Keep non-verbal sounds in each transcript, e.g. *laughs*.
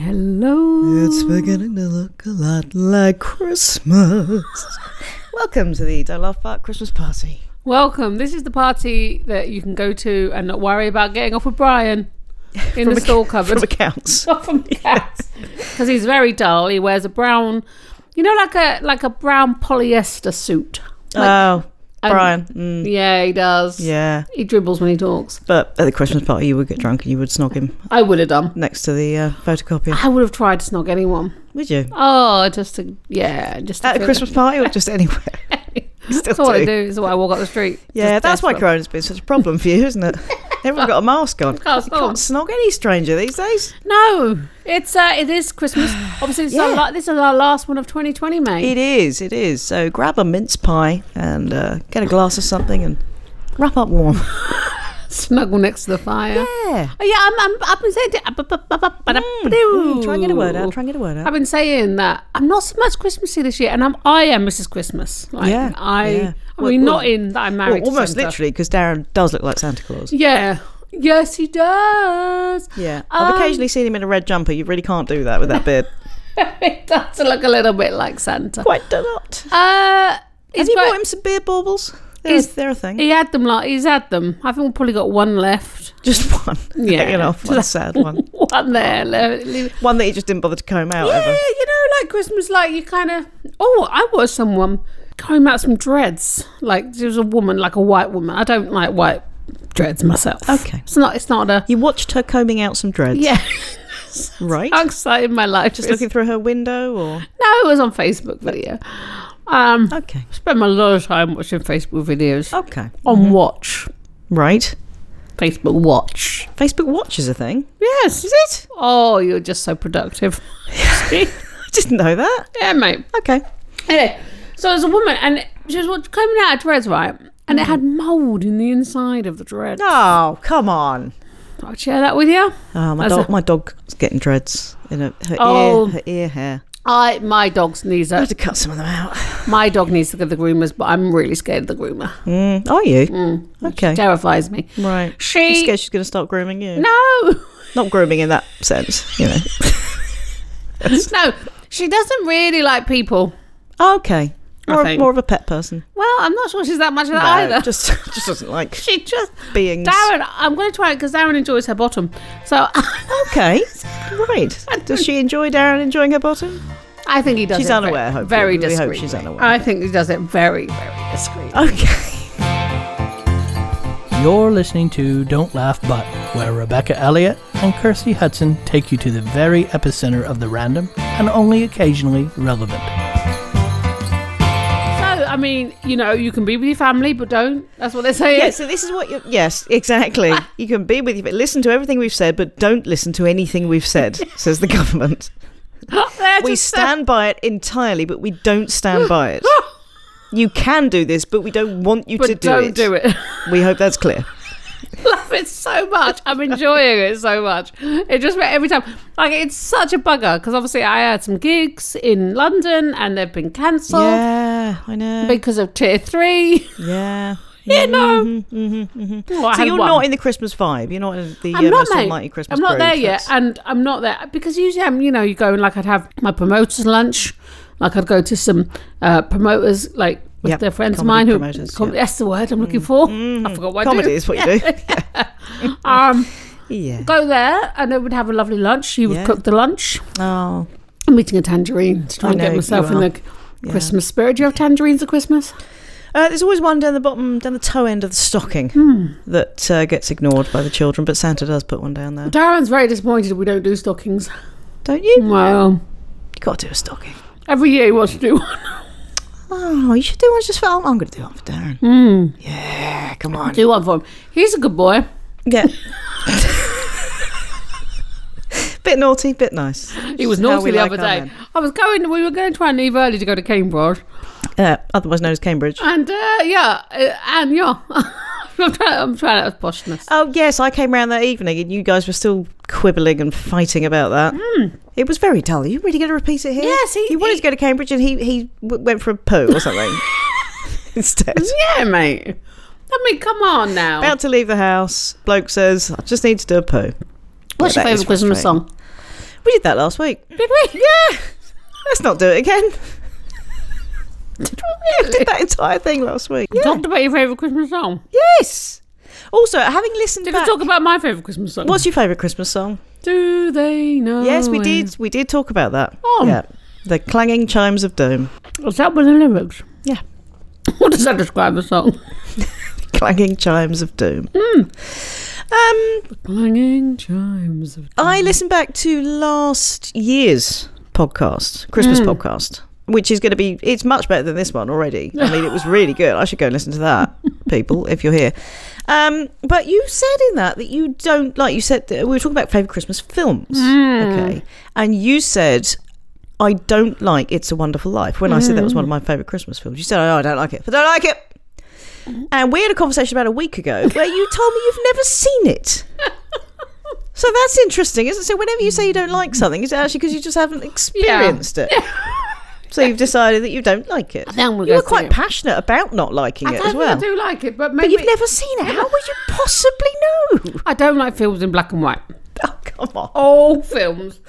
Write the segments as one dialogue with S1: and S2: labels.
S1: Hello.
S2: It's beginning to look a lot like Christmas. Welcome to the Don't Laugh Park Christmas party.
S1: Welcome. This is the party that you can go to and not worry about getting off with
S2: *laughs*
S1: Brian in the store
S2: From
S1: cupboard. *laughs*
S2: *laughs* accounts.
S1: Not from cats. Because he's very dull. He wears a brown, you know, like a like a brown polyester suit.
S2: oh,
S1: um,
S2: Brian. Mm,
S1: Yeah, he does.
S2: yeah.
S1: He dribbles when he talks.
S2: But at the Christmas party, you would get drunk and you would snog him
S1: I would have done.
S2: next to the uh, photocopier.
S1: I would have tried to snog anyone.
S2: Would you?
S1: Oh, just to, yeah, just to
S2: At a
S1: feel-
S2: Christmas party or *laughs* just anywhere? You still
S1: That's all I
S2: do.
S1: do. Is why I walk up the street.
S2: Yeah,
S1: Just
S2: that's why
S1: desperate.
S2: corona's been such a problem for you, isn't *laughs* it? Everyone's got a mask on.
S1: Can't
S2: You
S1: snog.
S2: can't snog any stranger these days.
S1: No, it's uh, it is
S2: *sighs*
S1: Christmas. Obviously, it's our
S2: Yeah.
S1: la- this is our last one of 2020, mate.
S2: It is, it is. So grab a mince pie and uh, get a glass of something and wrap up warm.
S1: Snuggle next to the fire.
S2: Yeah.
S1: Oh, yeah, I'm, I'm, I've been saying.
S2: Mm, try and get a word out. Try and get a word
S1: I've
S2: out.
S1: been saying that I'm not so much Christmassy this year, and I'm I am Mrs. Christmas. Like,
S2: Yeah,
S1: I
S2: yeah.
S1: I mean,
S2: Well,
S1: not in that I'm married.
S2: Well,
S1: to
S2: almost
S1: Santa.
S2: literally, because Darren does look like Santa Claus.
S1: Yeah. Yes, he does.
S2: Yeah. I've
S1: Um, *laughs*
S2: occasionally seen him in a red jumper. You really can't do that with that beard.
S1: he does look a little bit like Santa.
S2: *laughs* Quite a lot.
S1: Uh,
S2: Has
S1: he's
S2: he
S1: got-
S2: bought him some beer baubles? They're,
S1: He's-
S2: they're a thing.
S1: he had them. Like he's had them. I think we've probably got one left.
S2: just *laughs* one.
S1: Yeah.
S2: you know, one
S1: *laughs*
S2: sad one.
S1: One there. le- le-
S2: One that he just didn't bother to comb out
S1: Yeah,
S2: ever.
S1: you know, like Christmas, like you kind of. Oh, I was someone combing out some dreads. Like there was a woman, like a white woman. I don't like white dreads myself.
S2: Okay.
S1: it's not. It's not a.
S2: You watched her combing out some
S1: *laughs*
S2: dreads,
S1: Yeah,
S2: right?
S1: how excited my life just
S2: Just looking through her window or.
S1: No, it was on Facebook video. Um,
S2: Okay.
S1: spend a lot of time watching Facebook videos
S2: Okay.
S1: on Watch,
S2: Right.
S1: Facebook Watch.
S2: Facebook Watch is a thing.
S1: Yes, is it? Oh, you're just so *laughs* productive.
S2: I didn't know that.
S1: yeah, mate.
S2: Okay.
S1: Anyway, so there's a woman, and she was watch- combing out her dreads, right? And it had mould in the inside of the dread.
S2: Oh, come on.
S1: I'll share that with you.
S2: Oh, my
S1: That's
S2: dog.
S1: a-
S2: My dog's getting dreads in her, her
S1: Oh.
S2: ear. Her ear hair.
S1: I my dog's needs
S2: I
S1: a, *laughs*
S2: had to cut some of them out.
S1: my dog needs to go to the groomers, but I'm really scared of the groomer.
S2: Mm, are you? Okay.
S1: Terrifies me.
S2: Right.
S1: She-
S2: You scared she's going to start grooming you?
S1: No, *laughs*
S2: Not grooming in that sense, you know.
S1: no, she doesn't really like people.
S2: okay.
S1: I
S2: More,
S1: think.
S2: more of a pet person.
S1: Well, I'm not sure she's that much of that
S2: No,
S1: either.
S2: Just, *laughs* just doesn't
S1: *laughs*
S2: like
S1: she just
S2: beings.
S1: Darren. I'm going to try it because Darren enjoys her bottom. So *laughs*
S2: Okay. Right. Does she enjoy Darren enjoying her bottom?
S1: I think he does.
S2: She's
S1: it very-
S2: unaware, hopefully.
S1: Very
S2: We hope
S1: discreetly.
S2: she's unaware.
S1: I think he does it very, very discreetly.
S2: Okay.
S3: You're listening to Don't Laugh But, where Rebecca Elliott and Kirsty Hudson take you to the very epicenter of the random and only occasionally relevant.
S1: So, I mean, you know, you can be with your family, but don't. That's what they're saying.
S2: Yeah, so this is what you Yes, exactly. You can be with you, but listen to everything we've said, but don't listen to anything we've said, says the government.
S1: *laughs* They're
S2: We
S1: just so-
S2: stand by it entirely, but we don't stand by
S1: *gasps*
S2: it. You can do this, but we don't want you
S1: but
S2: to do
S1: don't
S2: it.
S1: do it. *laughs*
S2: We hope that's clear.
S1: Love it so much. I'm enjoying it so much. It just every time, like it's such a bugger because obviously I had some gigs in London and they've been cancelled
S2: yeah, I know.
S1: because of tier three. *laughs*
S2: yeah. Mm-hmm,
S1: You know, Well, I
S2: So
S1: had
S2: you're
S1: one.
S2: not in the Christmas vibe. You're not in the
S1: I'm not,
S2: uh, most
S1: mate.
S2: almighty Christmas.
S1: I'm not there
S2: groove.
S1: yet,
S2: That's-
S1: and I'm not there because usually I'm, you know, you go and like I'd have my promoters lunch, like I'd go to some uh, promoters like with
S2: Yep,
S1: their friends of
S2: comedy
S1: mine who
S2: promoters,
S1: com-
S2: yeah. Mm.
S1: that's the word I'm looking for. I forgot what I
S2: Mm-hmm. Comedy
S1: do.
S2: is what
S1: *laughs*
S2: you do.
S1: Um,
S2: yeah.
S1: go there and I would have a lovely lunch. She would
S2: Yeah.
S1: cook the lunch.
S2: Oh,
S1: I'm eating a tangerine to try
S2: I
S1: and get
S2: know
S1: myself
S2: you
S1: in
S2: are.
S1: the
S2: yeah.
S1: Christmas spirit. Do you have tangerines at Christmas?
S2: Uh, there's always one down the bottom, down the toe end of the stocking
S1: Hmm.
S2: that uh, gets ignored by the children, but Santa does put one down there.
S1: Darren's very disappointed we don't do stockings.
S2: Don't you? you
S1: Well,
S2: got to do a stocking.
S1: every year he wants to do
S2: *laughs*
S1: one.
S2: Oh, you should do one just for. I'm going to do one for Darren. Yeah, come on.
S1: Hmm. Do one for him. He's a good boy.
S2: Yeah. *laughs* bit naughty, bit nice.
S1: He was
S2: How
S1: naughty
S2: we
S1: the
S2: like
S1: other
S2: our
S1: day.
S2: men.
S1: I was going. We were going to try and leave early to go to Cambridge,
S2: Uh, otherwise known as Cambridge.
S1: and uh, yeah, uh, and yeah, *laughs* I'm trying. I'm trying out of poshness.
S2: Oh yes, I came round that evening, and you guys were still quibbling and fighting about that. It was very dull. Are you really going to repeat it here?
S1: Hmm. Yes, he-
S2: he, wanted
S1: he-
S2: to go to Cambridge, and he he w- went for a poo
S1: *laughs*
S2: or something *laughs* instead.
S1: Yeah, mate. I mean, come on now.
S2: About to leave the house, bloke says, "I just need to do a poo."
S1: What's
S2: Yeah,
S1: your
S2: that is
S1: favourite Christmas
S2: frustrating.
S1: song?
S2: We did that last week.
S1: Did we? *laughs* Yeah.
S2: Let's not do it again. *laughs*
S1: Did we really?
S2: Did that entire thing last week.
S1: We Talked about your favourite Christmas song.
S2: Yes. Also, having listened
S1: Did
S2: back,
S1: we talk about my favourite Christmas song?
S2: what's your favourite Christmas song?
S1: Do they know?
S2: yes, we
S1: it?
S2: did. We did talk about that.
S1: Oh.
S2: Yeah. The clanging chimes of doom. *laughs*
S1: Is that with the lyrics?
S2: Yeah.
S1: What does that describe the song?
S2: Clanging chimes of doom. Um,
S1: Clanging chimes of.
S2: I listened back to last year's podcast, Christmas
S1: Mm.
S2: podcast, which is going to be, it's much better than this one already. I mean, it was really good. I should go and listen
S1: *laughs*
S2: to that, people, if you're here. Um, but you said in that that you don't, like you said, that we were talking about favourite Christmas films.
S1: Hmm.
S2: Okay. And you said, I don't like It's a Wonderful Life. When I said that was one
S1: Hmm.
S2: of my favourite Christmas films, you said, oh, I don't like it. I don't like it.
S1: Mm-hmm.
S2: And we had a conversation about a week ago where you told me you've never seen it.
S1: *laughs*
S2: So that's interesting, isn't it? So whenever you say you don't like something, it's actually because you just haven't
S1: *laughs*
S2: experienced it. So you've decided that you don't like it.
S1: Then we'll
S2: you
S1: go
S2: were quite
S1: through.
S2: passionate about not liking
S1: I
S2: it
S1: don't
S2: as
S1: think
S2: well.
S1: I do like it, but maybe
S2: But you've never seen it. How would you possibly know? *laughs*
S1: I don't like films in black and white.
S2: Oh, come on.
S1: All films.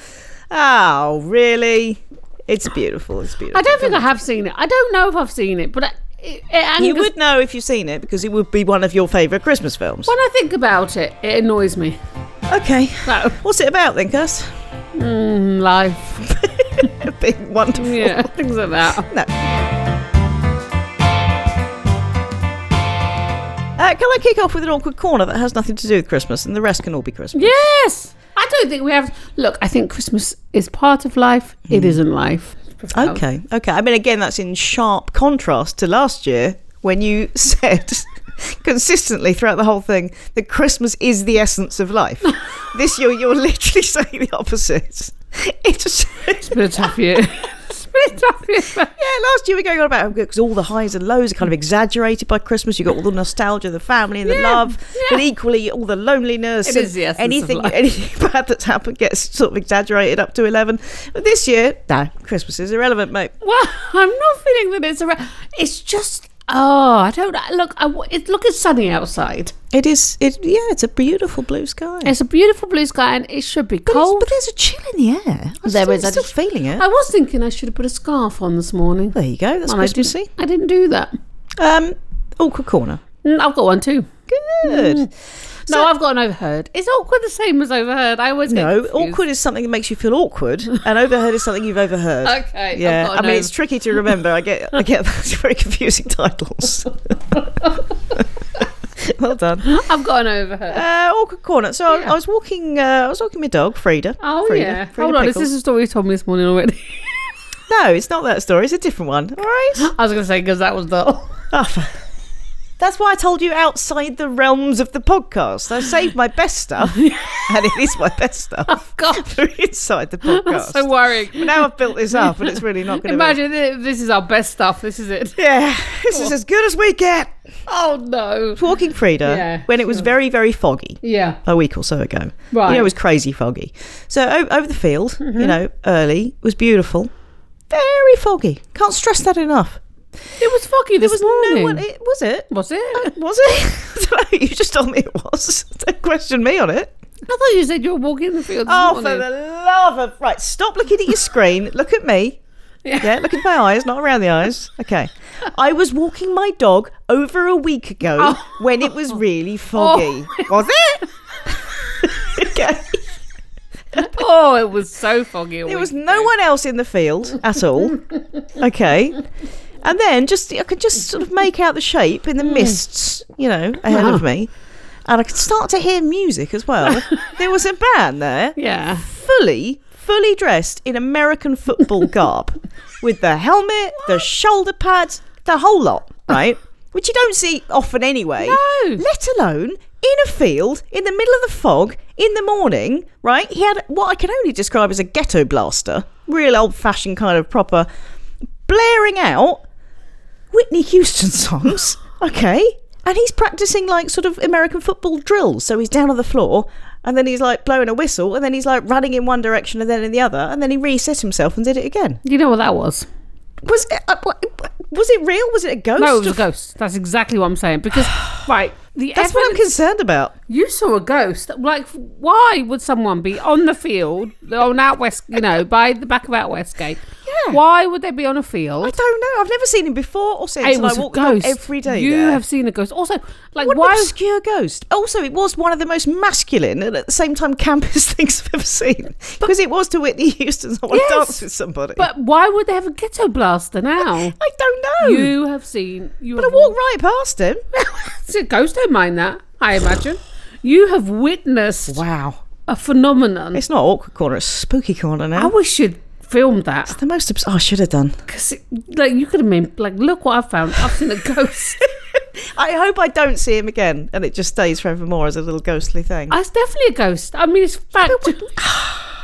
S2: Oh, really? It's beautiful. It's beautiful.
S1: I don't think I have seen it. I don't know if I've seen it, but I, it, it
S2: you
S1: angers-
S2: would know if you've seen it because it would be one of your favourite Christmas films.
S1: When I think about it, it annoys me.
S2: Okay.
S1: No,
S2: What's it about then, Gus? *laughs*
S1: mm, *laughs* life.
S2: Being
S1: *laughs*
S2: wonderful.
S1: Yeah, things like that.
S2: No. Uh, can I kick off with an awkward corner that has nothing to do with Christmas and the rest can all be Christmas?
S1: Yes, I don't think we have. Look, I think Christmas is part of life. It isn't life.
S2: Mm.
S1: Um,
S2: Okay, okay. I mean, again, that's in sharp contrast to last year when you *laughs* said consistently throughout the whole thing that Christmas is the essence of
S1: *laughs*
S2: life. this year, you're literally *laughs* saying the opposite. It's
S1: *laughs* it's been a tough
S2: *laughs*
S1: year. it's been a tough year.
S2: Yeah, last year we were going on about because all the highs and lows are kind of exaggerated by Christmas. You got all the nostalgia, the family, and the
S1: Mm. Yeah,
S2: love, but
S1: yeah.
S2: equally all the loneliness.
S1: It
S2: and
S1: is the essence of
S2: anything,
S1: life.
S2: anything *laughs* bad that's happened gets sort of exaggerated up to eleven. But this year, no, Christmas is irrelevant, mate.
S1: Well, I'm not feeling that it's around. It's just. Oh, I don't look. I, w- it, look, it's sunny outside.
S2: It is. It yeah, it's a beautiful blue sky.
S1: It's a beautiful blue sky, and it should be
S2: but, it's-
S1: cold.
S2: but there's a chill in the air. I'm
S1: There
S2: still,
S1: is, I
S2: still
S1: just-
S2: feeling it.
S1: I was thinking I should have put a scarf on this morning.
S2: there you go. That's
S1: And I didn't-
S2: Christmassy.
S1: I didn't do that.
S2: Um, awkward corner.
S1: Mm, I've got one too.
S2: Good.
S1: Mm. No, I've got an overheard. Is awkward the same as overheard? I always get
S2: No,
S1: confused.
S2: awkward is something that makes you feel awkward, and overheard is something you've overheard.
S1: *laughs* Okay, I've
S2: Yeah,
S1: got
S2: I
S1: an
S2: mean it's
S1: over-
S2: tricky to remember. I get, I get *laughs* that's very confusing titles.
S1: *laughs*
S2: well done.
S1: I've got an overheard.
S2: Uh, awkward corner. So I, I
S1: Yeah.
S2: was walking. Uh, I was walking my dog Frida.
S1: Oh
S2: Frida,
S1: yeah.
S2: Frida
S1: Hold on, is
S2: Pickles.
S1: this a story you told me this morning already? *laughs*
S2: No, it's not that story. It's a different one. All right.
S1: I was going to say because that was the.
S2: Oh, f- that's why I told you outside the realms of the podcast. I saved my best
S1: *laughs*
S2: stuff, and it is my best stuff
S1: *laughs*
S2: *laughs*
S1: God,
S2: for inside the podcast.
S1: that's so worrying.
S2: But now I've built this up, and it's really not going to
S1: Imagine Oh. if this is our best stuff. This is it. *laughs*
S2: Yeah, this is as good as we get.
S1: Oh no.
S2: Walking Frida,
S1: Yeah,
S2: when it was
S1: sure.
S2: very, very foggy
S1: Yeah.
S2: a week or so ago. You
S1: Right. Mm-hmm.
S2: know, it was crazy foggy. So o- over the field, you know, early, it was beautiful. Very foggy. Can't stress that enough.
S1: It was e- foggy
S2: There
S1: this
S2: was
S1: morning.
S2: no one. It, was it?
S1: was it?
S2: *laughs* Was it? *laughs* I don't know, you just told me it was. *laughs* Don't question me on it.
S1: I thought you said you were walking in the field. This
S2: Oh, for
S1: morning.
S2: the love of right! Stop looking at your screen. Look at me.
S1: Yeah.
S2: Yeah, look at my eyes, not around the eyes. Okay. I was walking my dog over a week ago
S1: Oh.
S2: when it was really foggy.
S1: *laughs*
S2: Was it? okay.
S1: oh, it was so foggy.
S2: There was no one else in the field at all. Okay. And then just I could just sort of make out the shape
S1: Hmm.
S2: in the mists, you know, ahead
S1: Ah.
S2: of me. And I could start to hear music
S1: *laughs*
S2: as well. there was a band there.
S1: Yeah.
S2: fully, fully dressed in American football garb with the helmet, the shoulder pads, the whole lot, right? Which you don't see often anyway.
S1: No.
S2: Let alone in a field, in the middle of the fog, in the morning, right? He had what I can only describe as a ghetto blaster, real old fashioned kind of proper, blaring out Whitney Houston songs, *laughs* okay? And he's practicing like sort of American football drills. So he's down on the floor and then he's like blowing a whistle and then he's like running in one direction and then in the other and then he reset himself and did it again.
S1: You know what that was?
S2: Was it, uh, what, what- was it real? Was it a ghost?
S1: No, it was a ghost. That's exactly what I'm saying. Because, *sighs* right, the
S2: That's what I'm
S1: evidence-
S2: concerned about.
S1: you saw a ghost. Like, why would someone be on the field on out west? You know, by the back of out west gate.
S2: Yeah.
S1: Why would they be on a
S2: I
S1: field?
S2: don't know. I've never seen him before or since.
S1: It
S2: and I
S1: was a
S2: walk the dog
S1: ghost.
S2: every day.
S1: You
S2: there.
S1: have seen a ghost. Also, like,
S2: What an
S1: why?
S2: obscure ghost. Also, it was one of the most masculine and at the same time campus *laughs* things I've ever seen. Because it was to Whitney Houston's I Want
S1: Yes,
S2: to Dance with Somebody.
S1: But why would they have a ghetto blaster now?
S2: I don't know.
S1: You have seen. You
S2: but I
S1: have
S2: walked right past him. *laughs*
S1: See, ghosts don't mind that. I imagine you have witnessed
S2: Wow.
S1: a phenomenon.
S2: It's not awkward corner, it's spooky corner
S1: I
S2: now.
S1: wish you'd filmed that.
S2: the most obs- oh, I should have done.
S1: Cause it, like you could have been like, look what I found. I've seen a ghost.
S2: *laughs* I hope I don't see him again and it just stays forevermore as a little ghostly thing.
S1: That's definitely a ghost. I mean, it's fact. *laughs*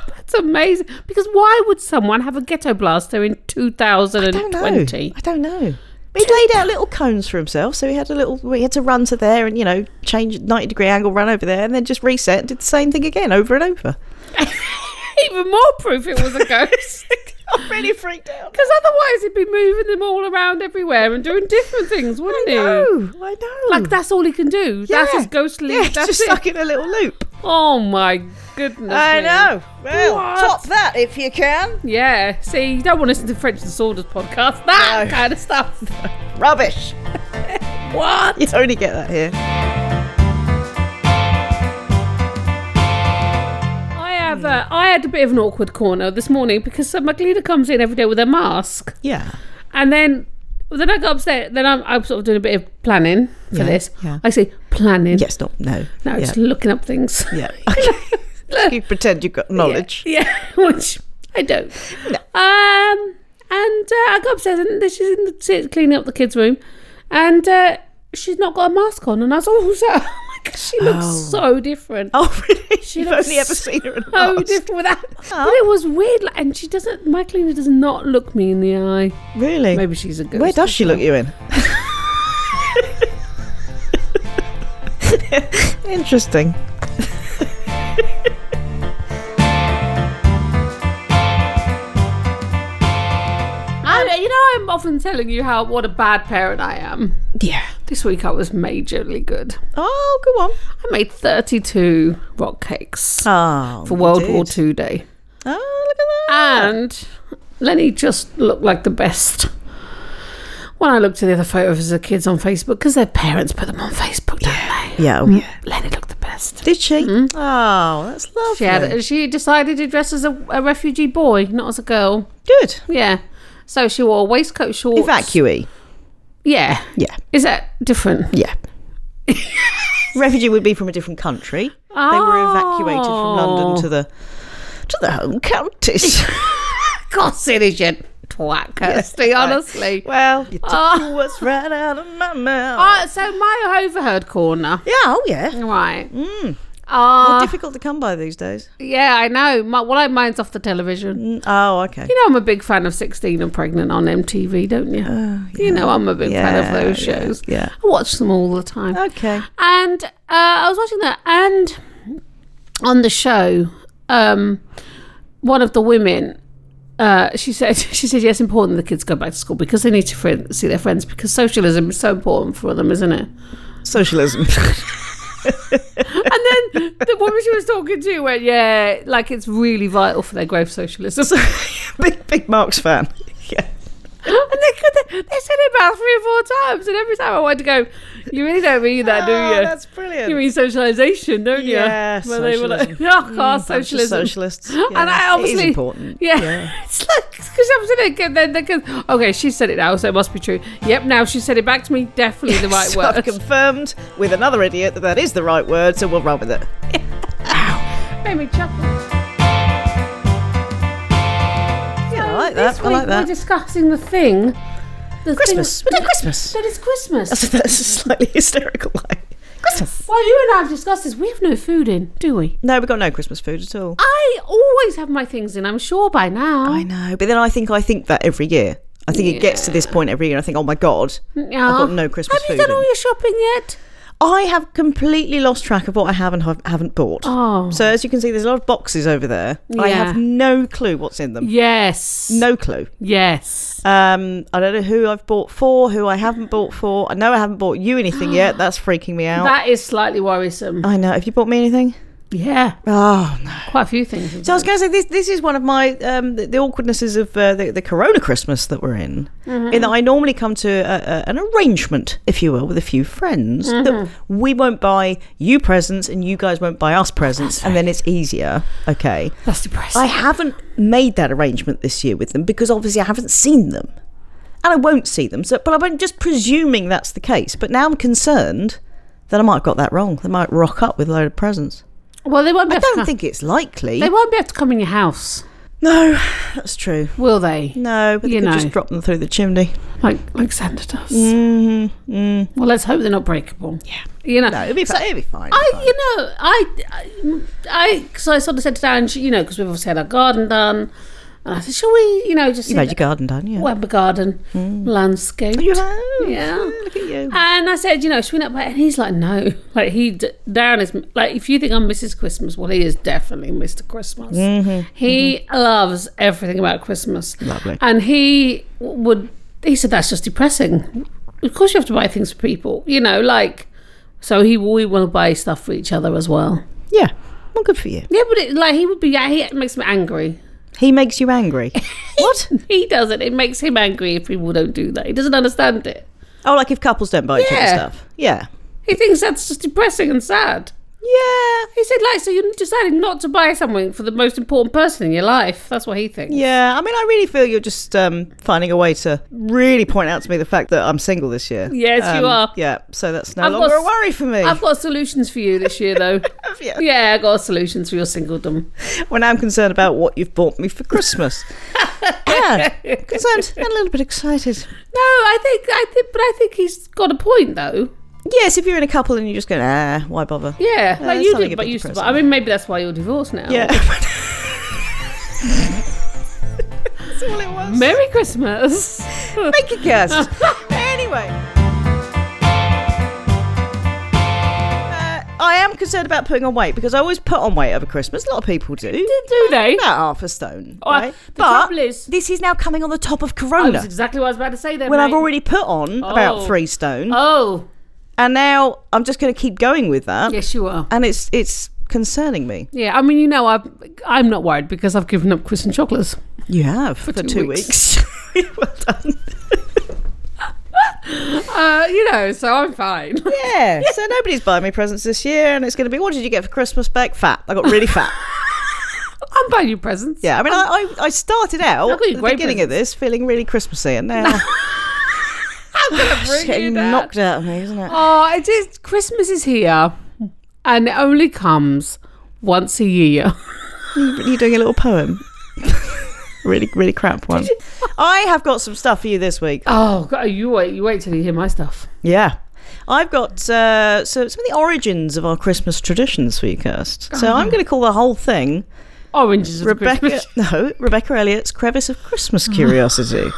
S1: That's amazing. Because why would someone have a ghetto blaster in
S2: I don't know.
S1: 2020?
S2: I don't know. He laid out little cones for himself, so he had a little. He had to run to there and you know change ninety degree angle, run over there, and then just reset and did the same thing again over and over. *laughs*
S1: Even more proof it was a
S2: *laughs*
S1: ghost.
S2: I'm really freaked out.
S1: Because otherwise, he'd be moving them all around everywhere and doing different things, wouldn't he?
S2: No, *laughs* I know.
S1: Like that's all he can do. That's
S2: Yeah.
S1: his ghostly.
S2: Yeah,
S1: that's
S2: just
S1: it.
S2: stuck in a little loop.
S1: Oh my goodness.
S2: I
S1: me.
S2: know. Well,
S1: What?
S2: top that if you can.
S1: Yeah. See, you don't want to listen to French Disorders podcast. That
S2: No.
S1: kind of stuff.
S2: Rubbish.
S1: What?
S2: You only get that here.
S1: I
S2: Hmm.
S1: have. Uh, I had a bit of an awkward corner this morning because uh, my cleaner comes in every day with a mask,
S2: Yeah.
S1: and then then I go upstairs. Then I'm, I'm sort of doing a bit of planning for
S2: Yeah,
S1: this.
S2: yeah.
S1: I say planning.
S2: Yes. No. No.
S1: No,
S2: Yeah.
S1: just looking up things. *laughs*
S2: yeah. *laughs* Okay. you pretend you've got knowledge.
S1: Yeah, *laughs* yeah, which I don't. Um, and uh, I go upstairs and then she's in the she's cleaning up the kids' room, and uh, she's not got a mask on, and I was all *laughs* who's that? Oh my gosh, she looks
S2: Oh.
S1: so different.
S2: *laughs* Oh, really?
S1: She
S2: You've
S1: looks
S2: only ever seen her in a
S1: So *laughs*
S2: mask.
S1: different Oh, without, but it was weird. Like, and she doesn't. My cleaner does not look me in the eye.
S2: Really?
S1: Maybe she's a ghost.
S2: Where does she look you in? *laughs* Interesting.
S1: I, you know, I'm often telling you how what a bad parent I am.
S2: Yeah.
S1: This week I was majorly good.
S2: Oh, go on.
S1: I made 32 rock cakes
S2: Oh,
S1: for World
S2: you
S1: War
S2: did.
S1: Two Day.
S2: Oh, look at
S1: Ah.
S2: that.
S1: And Lenny just looked like the best. When I looked at the other photos of the kids on Facebook, because their parents put them on Facebook, don't they?
S2: yeah. oh, yeah.
S1: Lenny looked the best.
S2: Did she? Oh, that's lovely.
S1: Mm-hmm. She had. She decided to dress as a, a refugee boy, not as a girl.
S2: Good.
S1: Yeah. So she wore waistcoat shorts.
S2: Evacuee.
S1: Yeah.
S2: Yeah.
S1: Is that different? *laughs*
S2: Yeah. Refugee would be from a different country. They were evacuated from
S1: Oh.
S2: London to the to the home counties.
S1: *laughs* God, it is you twat,
S2: *laughs*
S1: Kirsty. honestly.
S2: well, *laughs* you took
S1: Oh.
S2: what's right out of my mouth.
S1: Uh, so my overheard corner.
S2: yeah. Oh, yeah.
S1: Right. Mm.
S2: They're
S1: Uh,
S2: difficult to come by these days.
S1: yeah, I know. My, well, I mine's off the television.
S2: Mm, Oh, okay.
S1: You know, I'm a big fan of 16 and Pregnant on MTV, don't you? You know, I'm a big fan of
S2: Oh, Yeah,
S1: those
S2: yeah,
S1: shows.
S2: yeah.
S1: I watch them all the time.
S2: Okay.
S1: And uh, I was watching that, and on the show, um, one of the women. Uh, she said, *laughs* "She said, yes, important the kids go back to school because they need to friend, see their friends because socialism is so important for them, isn't it?"
S2: *laughs* Socialism.
S1: And
S2: *laughs*
S1: then the woman she was talking to went, "Yeah, like it's really vital for their growth, socialism."
S2: *laughs*
S1: *laughs*
S2: big big Marx fan. *laughs* Yeah.
S1: and they, could, they, they said it about three or four times, and every time I wanted to go, you really don't mean that, do
S2: Oh,
S1: you?
S2: That's brilliant.
S1: you mean socialization, don't you?
S2: Yeah,
S1: Well, they were like,
S2: socialism.
S1: *laughs*
S2: Mm,
S1: oh, God,
S2: Bunch of
S1: socialism. *laughs*
S2: Socialists.
S1: And I
S2: it is
S1: obviously-
S2: important.
S1: *laughs* yeah. it's like, because I'm sitting there, then they can, okay, she said it now, so it must be true. Yep, now she said it back to me, definitely
S2: *laughs*
S1: the right
S2: So
S1: word.
S2: I've confirmed with another idiot that that is the right word, so we'll run with it.
S1: *laughs* Made me chuckle.
S2: Yeah, I like
S1: this
S2: that. I
S1: week
S2: like
S1: we're
S2: that.
S1: discussing the thing. The
S2: Christmas.
S1: Thing,
S2: We're doing Christmas.
S1: that is Christmas.
S2: That's, that's a slightly *laughs* hysterical line. Christmas.
S1: Well, you and I have discussed this. We have no food in, do we?
S2: No, we've got no Christmas food at all.
S1: I always have my things in, I'm sure by now.
S2: I know, but then I think I think that every year. I think it gets to this point every year. and I think, oh my god,
S1: Yeah.
S2: I've got no Christmas
S1: Have you
S2: food
S1: done all
S2: in.
S1: your shopping yet?
S2: I have completely lost track of what I have and have, haven't bought.
S1: Oh.
S2: So as you can see, there's a lot of boxes over there. I
S1: Yeah.
S2: have no clue what's in them.
S1: Yes.
S2: No clue.
S1: Yes.
S2: Um, I don't know who I've bought for, who I haven't bought for. I know I haven't bought you anything *gasps* yet. That's freaking me out.
S1: That is slightly worrisome.
S2: I know. Have you bought me anything?
S1: Yeah.
S2: Oh no.
S1: Quite a few things.
S2: So I was going to say this. This is one of my um, the, the awkwardnesses of uh, the, the Corona Christmas that we're in. In that I normally come to a, a, an arrangement, if you will, with a few friends that we won't buy you presents and you guys won't buy us presents, and then it's easier. Okay.
S1: That's depressing.
S2: I haven't made that arrangement this year with them because obviously I haven't seen them, and I won't see them. So, but I'm just presuming that's the case. But now I'm concerned that I might have got that wrong. They might rock up with a load of presents.
S1: well, they won't be
S2: I
S1: able to
S2: don't
S1: come.
S2: think it's likely.
S1: they won't be able to come in your house,
S2: No, *sighs* that's true.
S1: will they?
S2: No, but
S1: You
S2: you could
S1: know.
S2: just drop them through the chimney.
S1: Like like Santa does. Well, let's hope they're not breakable. Yeah. You know.
S2: Mm-hmm. Mm. No, it'd be, fi- it'd be fine.
S1: I,
S2: fine.
S1: you know, I, I, because I, sort of said to Darren, you know, because we've obviously had our garden done, and I said, shall we, you know, just
S2: You've had your garden Mm. done, yeah.
S1: web garden landscape?
S2: you have.
S1: Yeah.
S2: Mm,
S1: Uh,
S2: Look at you.
S1: And I said, you know, should we not? buy it? And he's like, no. *laughs* Like he, d- Darren is like, if you think I'm Mrs. Christmas, well, he is definitely Mr. Christmas. He loves everything about Christmas.
S2: Mm-hmm. Lovely.
S1: And he w- would. He said that's just depressing. Of course, you have to buy things for people. You know, like. So he we will buy stuff for each other as well.
S2: Yeah. Well, good for you.
S1: Yeah, but it, like he would be. Yeah, he it makes me angry.
S2: He makes you angry. *laughs*
S1: *laughs*
S2: what?
S1: He does it. It makes him angry if people don't do that. He doesn't understand it.
S2: Oh, like if couples don't buy each other
S1: Yeah.
S2: stuff. Yeah.
S1: He thinks that's just depressing and sad.
S2: Yeah.
S1: He said, like, so you decided not to buy something for the most important person in your life. That's what he thinks.
S2: Yeah. I mean, I really feel you're just um, finding a way to really point out to me the fact that I'm single this year.
S1: Yes, you
S2: Um,
S1: are.
S2: Yeah. So that's no
S1: I've got
S2: longer a
S1: s-
S2: worry for me. Oh,
S1: I've
S2: *laughs*
S1: got solutions for you this year, though.
S2: Yeah.
S1: yeah, I got solutions for your
S2: *laughs*
S1: singledom.
S2: when I'm concerned about what you've bought me for Christmas. yeah, concerned and a little
S1: *laughs*
S2: bit excited.
S1: No, I think, I think, but I think he's got a point, though.
S2: Yes, if you're in a couple and you're just going, ah, why bother?
S1: Yeah,
S2: Yeah,
S1: like
S2: that's
S1: you
S2: something
S1: did,
S2: a
S1: but
S2: bit
S1: you used to. Buy. I
S2: depressing.
S1: mean, maybe that's why you're divorced now.
S2: Yeah. That's *laughs* all it was.
S1: Merry
S2: *laughs*
S1: Christmas. *laughs*
S2: Make a guess. *laughs* anyway. Uh, I am concerned about putting on weight because I always put on weight over Christmas. A lot of people do.
S1: Do they?
S2: About half a stone.
S1: Oh,
S2: right?
S1: the
S2: but
S1: trouble is-
S2: this is now coming on the top of
S1: That's
S2: Corona.
S1: exactly what I was about to say then.
S2: When I've
S1: mate.
S2: already put on about
S1: Oh.
S2: three stone.
S1: Oh,
S2: and now I'm just going to keep going with that,
S1: yes, you are.
S2: and it's it's concerning me.
S1: Yeah, I mean, you know, I've, I'm not worried because I've given up Chris and chocolates.
S2: You have for,
S1: two
S2: two,
S1: weeks.
S2: weeks. *laughs* well done.
S1: Uh, you know, so I'm fine. *laughs*
S2: Yeah. So nobody's buying me presents this year, and it's going to be what did you get for Christmas back? Fat. I got really
S1: *laughs*
S2: fat.
S1: I'm buying you presents.
S2: Yeah. I mean, I I, I started out
S1: I
S2: at
S1: got you
S2: the
S1: great
S2: beginning of this feeling really Christmassy,
S1: *laughs*
S2: and now
S1: I'm gonna
S2: it's
S1: bring you
S2: getting
S1: that.
S2: knocked out of me, isn't it?
S1: Oh, it is. Christmas is here, and it only comes once a year.
S2: You're doing a
S1: *laughs*
S2: little poem. really, really crap one. I have got some stuff for you this week.
S1: Oh, God, you wait, you wait till you hear my stuff.
S2: Yeah. I've got uh, so some of the origins of our Christmas traditions for you, Kirst.
S1: Oh.
S2: So I'm going to call the whole thing
S1: Oranges of
S2: Rebecca.
S1: Christmas.
S2: No, Rebecca Elliott's crevice of Christmas curiosity.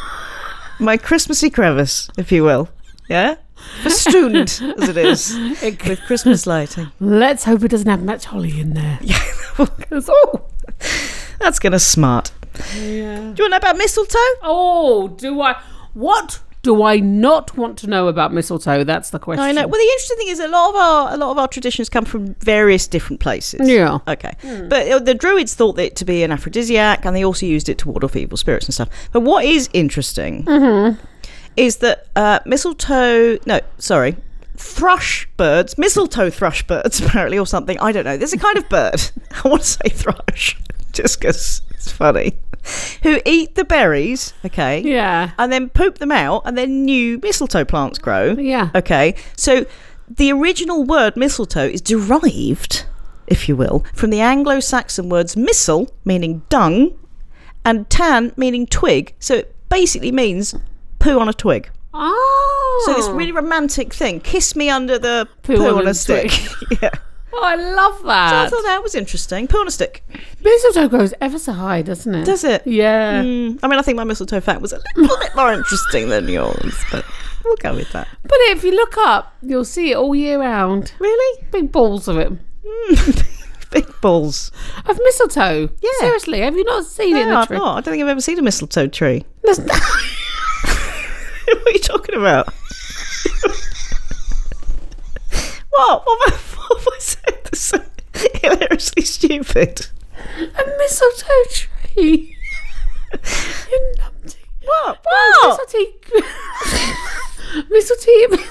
S2: My Christmassy crevice, if you will. Yeah, festooned as it is with Christmas lighting.
S1: Let's hope it doesn't have much holly in
S2: *laughs*
S1: there. Yeah. oh,
S2: That's going to smart. Do you want to know about mistletoe?
S1: oh, do I? What do I not want to know about mistletoe? That's the question.
S2: I know. Well, the interesting thing is a lot of our a lot of our traditions come from various different places.
S1: Yeah.
S2: Okay. But uh, the Druids thought it to be an aphrodisiac, and they also used it to ward off evil spirits and stuff. But what is interesting is that uh, mistletoe. No, sorry. Thrush birds, mistletoe thrush birds, *laughs* apparently, or something. I don't know. There's a kind of bird. *laughs* I want to say thrush, *laughs* just because it's funny. Who eat the berries, okay?
S1: Yeah.
S2: and then poop them out, and then new mistletoe plants grow.
S1: Yeah.
S2: Okay. So the original word mistletoe is derived, if you will, from the Anglo Saxon words missile, meaning dung, and tan, meaning twig. So it basically means poo on a twig.
S1: Oh.
S2: So this really romantic thing kiss me under the
S1: Poo
S2: poo,
S1: on
S2: on,
S1: a
S2: a stick. *laughs* yeah.
S1: Oh, I love
S2: I
S1: that.
S2: thought that was interesting. Poo on a stick.
S1: Mistletoe grows ever so high, doesn't it?
S2: Does it? Hmm.
S1: Yeah.
S2: Mm, I mean, I think my mistletoe fact was a little bit more interesting than yours, but We'll go with that.
S1: But if you look up, you'll see it all year round.
S2: Really?
S1: Big balls of it.
S2: Hmm. *laughs* Big balls.
S1: Of mistletoe.
S2: Yeah.
S1: Seriously, have you not seen it in
S2: No,
S1: the
S2: I've
S1: tree?
S2: not. oh, I don't think I've ever seen a mistletoe tree.
S1: There's *laughs* no-
S2: *laughs* what are you talking about? what? What was, what was it? That's so hilariously stupid. *laughs*
S1: a mistletoe tree. you numpty.
S2: What?
S1: Mistletoe. *laughs* mistletoe.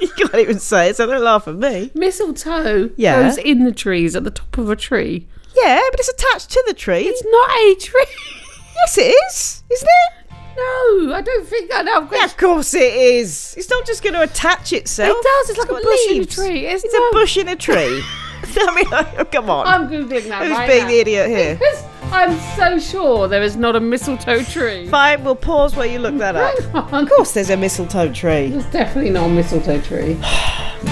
S2: you can't even say it, so don't laugh at me.
S1: *laughs* mistletoe
S2: Yeah.
S1: goes in the trees at the top of a tree.
S2: Yeah, but it's attached to the tree.
S1: It's not a tree. *laughs*
S2: yes, it is, isn't it?
S1: No, I don't think I know.
S2: Yeah, of course it is. It's not just going to attach itself.
S1: It does, it's like a
S2: got
S1: bush in a tree, Oh.
S2: It's,
S1: it's
S2: a
S1: not-
S2: bush in a
S1: *laughs*
S2: tree. *laughs* I mean, oh, come on.
S1: I'm googling that
S2: Who's
S1: right
S2: being
S1: now.
S2: the idiot here?
S1: Because I'm so sure there is not a mistletoe tree.
S2: Fine, we'll pause while you look that up.
S1: *laughs* Hang on.
S2: Of course, there's a mistletoe tree.
S1: There's definitely not a mistletoe tree. *sighs*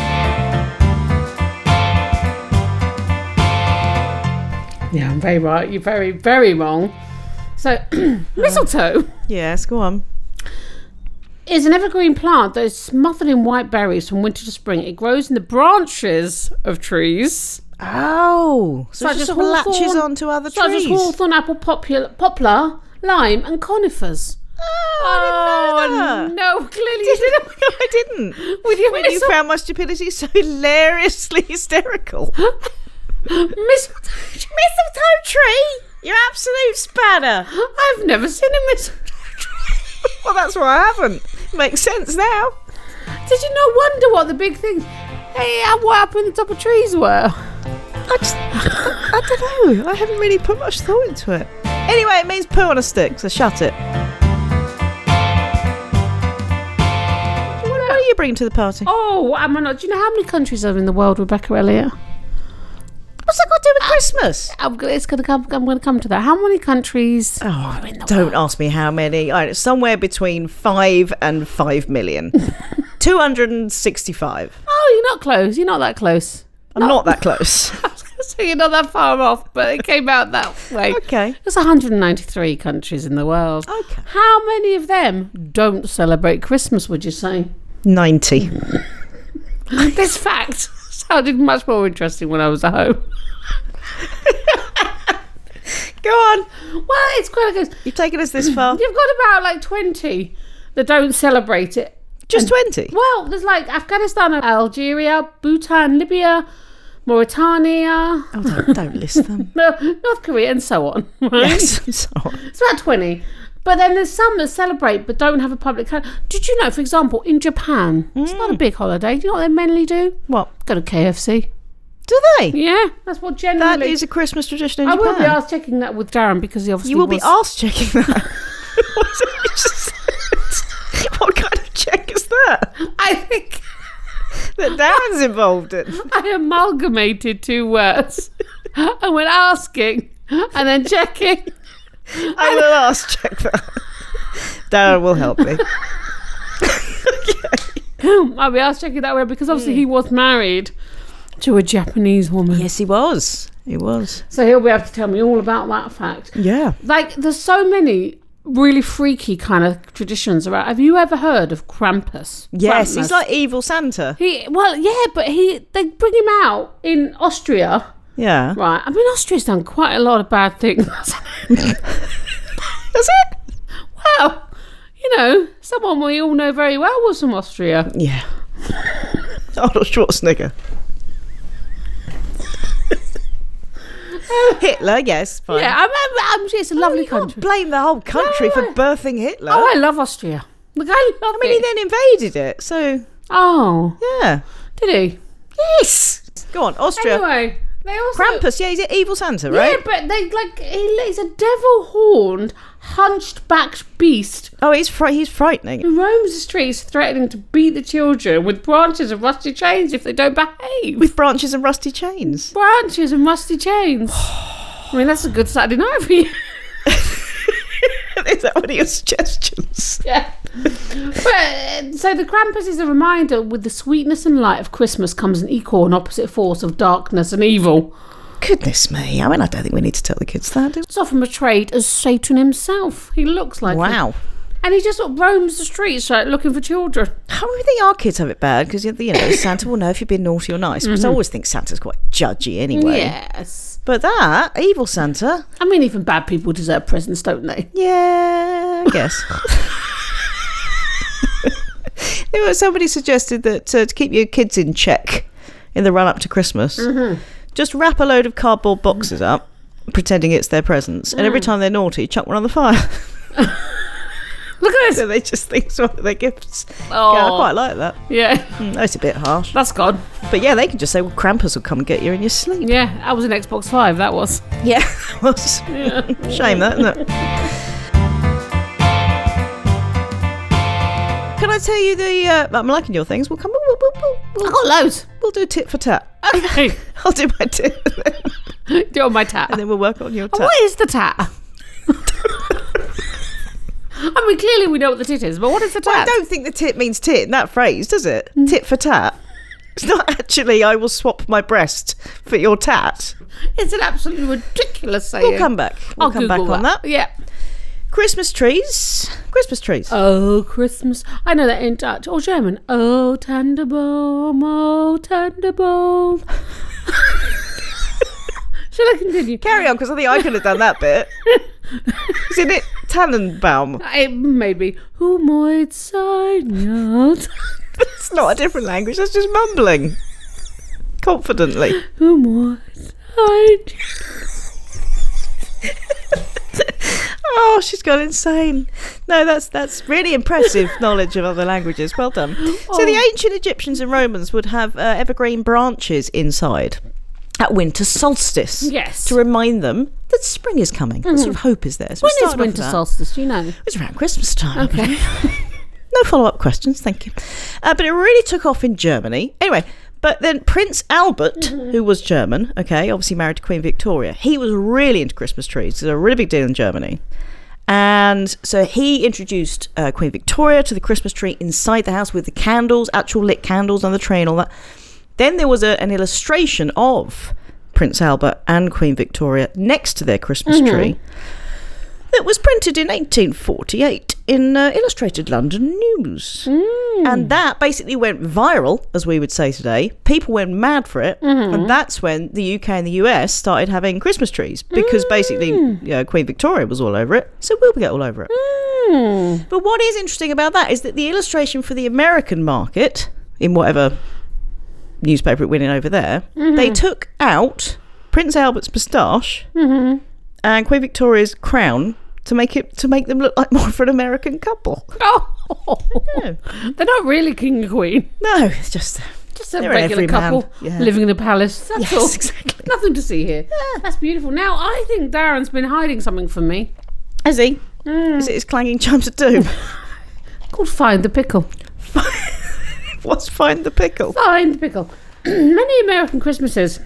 S1: yeah, I'm very right. You're very, very wrong. So, *clears throat* mistletoe
S2: Yes, go on.
S1: is an evergreen plant that is smothered in white berries from winter to spring. It grows in the branches of trees.
S2: Oh, so
S1: Such
S2: it
S1: as
S2: just sort of latches
S1: hawthorn-
S2: onto other
S1: such
S2: trees.
S1: as hawthorn, apple, popul- poplar, lime, and conifers.
S2: Oh, I didn't know that.
S1: no! Clearly, you didn't.
S2: No, *laughs* I
S1: *laughs*
S2: didn't.
S1: With your
S2: When you
S1: mistle-
S2: found my stupidity so *laughs* hilariously hysterical.
S1: *laughs* mistletoe, mistletoe tree.
S2: You're absolute spanner.
S1: I've never seen a mistletoe tree.
S2: Well, that's why I haven't. Makes sense now.
S1: Did you not wonder what the big things? Hey, uh, what happened the top of trees were?
S2: I just, I don't know. I haven't really put much thought into it. Anyway, it means poo on a stick, so shut it. What are you bringing to the party?
S1: Oh, what am I not? Do you know how many countries are in the world, Rebecca Elliott?
S2: What's that got to do with Christmas?
S1: I'm, go- it's gonna come. I'm gonna come to that. How many countries?
S2: Oh,
S1: in the
S2: don't ask me how many. I, somewhere between five and five *laughs* million. 265.
S1: Oh, you're not close. You're not that close. *laughs*
S2: I'm not *laughs* that close.
S1: I was gonna say you're not that far off, but it came out that way.
S2: Okay. Oh.
S1: There's 193 countries in the world.
S2: Okay.
S1: How many of them don't celebrate Christmas? Would you say?
S2: 90.
S1: *laughs* this fact sounded much more interesting when I was at home.
S2: Go on.
S1: Well, it's quite like a,
S2: You've taken us this far.
S1: you've got about like 20 that don't celebrate it.
S2: *laughs* Just 20.
S1: Well, there's like Afghanistan, Algeria, Bhutan, Libya, Mauritania,
S2: Oh, don't, don't list them.
S1: no, North Korea, and so on. *laughs* right?
S2: *laughs* yes, I'm *laughs* sorry.
S1: It's about 20. But then there's some that celebrate but don't have a public calendar. Did you know, for example, in Japan, it's not a big holiday. Do you know what they mainly do?
S2: What?
S1: Go to KFC.
S2: Do they?
S1: Yeah, that's what generally.
S2: That is a Christmas tradition in
S1: I
S2: Japan.
S1: will be asked checking that with Darren because he obviously
S2: you will be
S1: was-
S2: arse checking that. *laughs* What was it you just said? what kind of check is that?
S1: *laughs* I think
S2: That Darren's involved in.
S1: I amalgamated two words and went asking and then checking. *laughs*
S2: I will ask check *laughs* that. Darren will help me.
S1: I'll be asked checking that word because obviously he was married to a Japanese woman.
S2: Yes, he was. He was.
S1: So he'll be able to tell me all about that fact.
S2: Yeah.
S1: Like, there's so many really freaky kind of traditions around. Have you ever heard of Krampus?
S2: Yes,
S1: Krampus.
S2: he's like evil Santa.
S1: He, well, yeah, but he they bring him out in Austria,
S2: Yeah.
S1: right? I mean, Austria's done quite a lot of bad things. *laughs*
S2: Is it?
S1: well, you know, someone we all know very well was from Austria.
S2: Yeah. *laughs* Arnold Schwarzenegger. Hitler, yes,
S1: *laughs*
S2: fine.
S1: Yeah, I'm, I'm, I'm, it's a lovely
S2: You can't
S1: country.
S2: blame the whole country for
S1: No.
S2: birthing Hitler.
S1: Oh, I love Austria. Like, I love
S2: I mean, he
S1: it.
S2: then invaded it, so
S1: Oh,
S2: yeah.
S1: did he?
S2: Yes. Go on, Austria.
S1: Anyway, they also.
S2: Krampus, yeah, he's an evil Santa,
S1: Yeah,
S2: right?
S1: but they like he, he's a devil horned, hunched backed beast
S2: Oh, he's fri- he's frightening.
S1: who roams the streets threatening to beat the children with branches of rusty chains if they don't behave.
S2: With branches and rusty chains. *laughs*
S1: branches and rusty chains. *sighs* I mean, that's a good Saturday night for you.
S2: Is that one of your suggestions?
S1: Yeah. but uh, so the Krampus is a reminder with the sweetness and light of Christmas comes an equal and opposite force of darkness and evil.
S2: Goodness me. I mean, I don't think we need to tell the kids that, do
S1: It's often portrayed as Satan himself. He looks
S2: we?
S1: like him.
S2: Wow.
S1: and he just sort of roams the streets like looking for children.
S2: How do they are kids have it bad because you know Santa will know if you've been naughty or nice. Because I always think Santa's quite judgy anyway.
S1: Yes.
S2: But that evil Santa,
S1: I mean, even bad people deserve presents, don't they? *laughs*
S2: yeah, I guess. *laughs* You know, Somebody suggested that uh, to keep your kids in check in the run up to Christmas, just wrap a load of cardboard boxes up, pretending it's their presents, and every time they're naughty, chuck one on the fire. *laughs*
S1: Look at this.
S2: so they just think it's one of their gifts. Yeah, I
S1: Oh,
S2: quite like that.
S1: yeah.
S2: Mm, That's a bit harsh.
S1: That's gone.
S2: But yeah, they can just say, well, Krampus will come and get you in your sleep.
S1: Yeah, that was an Xbox Five. That was.
S2: Yeah. *laughs* Shame that, isn't it? Can I tell you the. Uh, I'm liking your things. We'll come. We'll, we'll, we'll,
S1: I
S2: we'll,
S1: got loads.
S2: we'll do tit for tat. *laughs*
S1: Okay. *laughs*
S2: I'll do my tit. *laughs*
S1: Do on my tat.
S2: and then we'll work on your tat.
S1: What is the tat? *laughs* I mean, clearly we know what the tit is, but what is the
S2: Well, I
S1: tat? Mm.
S2: don't think the tit means tit in that phrase, does it? Tit for tat. It's not actually, I will swap my breast for your tat.
S1: It's an absolutely ridiculous saying.
S2: We'll come back. We'll
S1: I'll
S2: come
S1: Google
S2: back on that.
S1: Yeah.
S2: Christmas trees. Christmas trees.
S1: Oh, Christmas. I know that in Dutch or German. Oh, Tannenbaum, oh, Tannenbaum. *laughs* Shall I continue?
S2: Carry on, because I think I could have done that
S1: *laughs*
S2: bit. Isn't it Tannenbaum?
S1: Uh, It maybe. Who might sign out?
S2: It's not a different language. That's just mumbling. Confidently.
S1: Who might sign
S2: Oh, she's gone insane. No, that's that's really *laughs* impressive knowledge of other languages. Well done. So the ancient Egyptians and Romans would have uh, evergreen branches inside at winter solstice.
S1: Yes.
S2: To remind them that spring is coming. That sort of hope Mm-hmm. is there. So we
S1: When is
S2: started off with
S1: winter
S2: that.
S1: solstice? Do you
S2: *laughs*
S1: know? Hmm.
S2: It's around Christmas time.
S1: Okay.
S2: No follow up questions, thank you. Uh, but it really took off in Germany. Anyway, but then Prince Albert, who was German, okay, obviously married to Queen Victoria, he was really into Christmas trees. It's a really big deal in Germany. And so he introduced uh, Queen Victoria to the Christmas tree inside the house with the candles, actual lit candles on the tree and all that. Then there was a, an illustration of Prince Albert and Queen Victoria next to their Christmas tree that was printed in 1848 in uh, Illustrated London News. And that basically went viral, as we would say today. People went mad for it. And that's when the UK and the US started having Christmas trees because basically you know, Queen Victoria was all over it. So we'll get all over it. But what is interesting about that is that the illustration for the American market, in whatever newspaper it went in over there, they took out Prince Albert's moustache
S1: Mm-hmm.
S2: and Queen Victoria's crown to make it to make them look like *laughs* more of an American couple.
S1: Oh,
S2: No,
S1: they're not really king and queen.
S2: *laughs* no it's just
S1: Just a
S2: They're an
S1: regular
S2: everyman.
S1: couple
S2: Yeah.
S1: living in a palace. That's
S2: Yes,
S1: all.
S2: exactly.
S1: Nothing to see here. That's beautiful. Now I think Darren's been hiding something from me.
S2: is he? Is it his clanging chimes of doom? *laughs*
S1: Called Find the Pickle.
S2: What's find the pickle?
S1: Find the Pickle. *clears throat* Many American Christmases.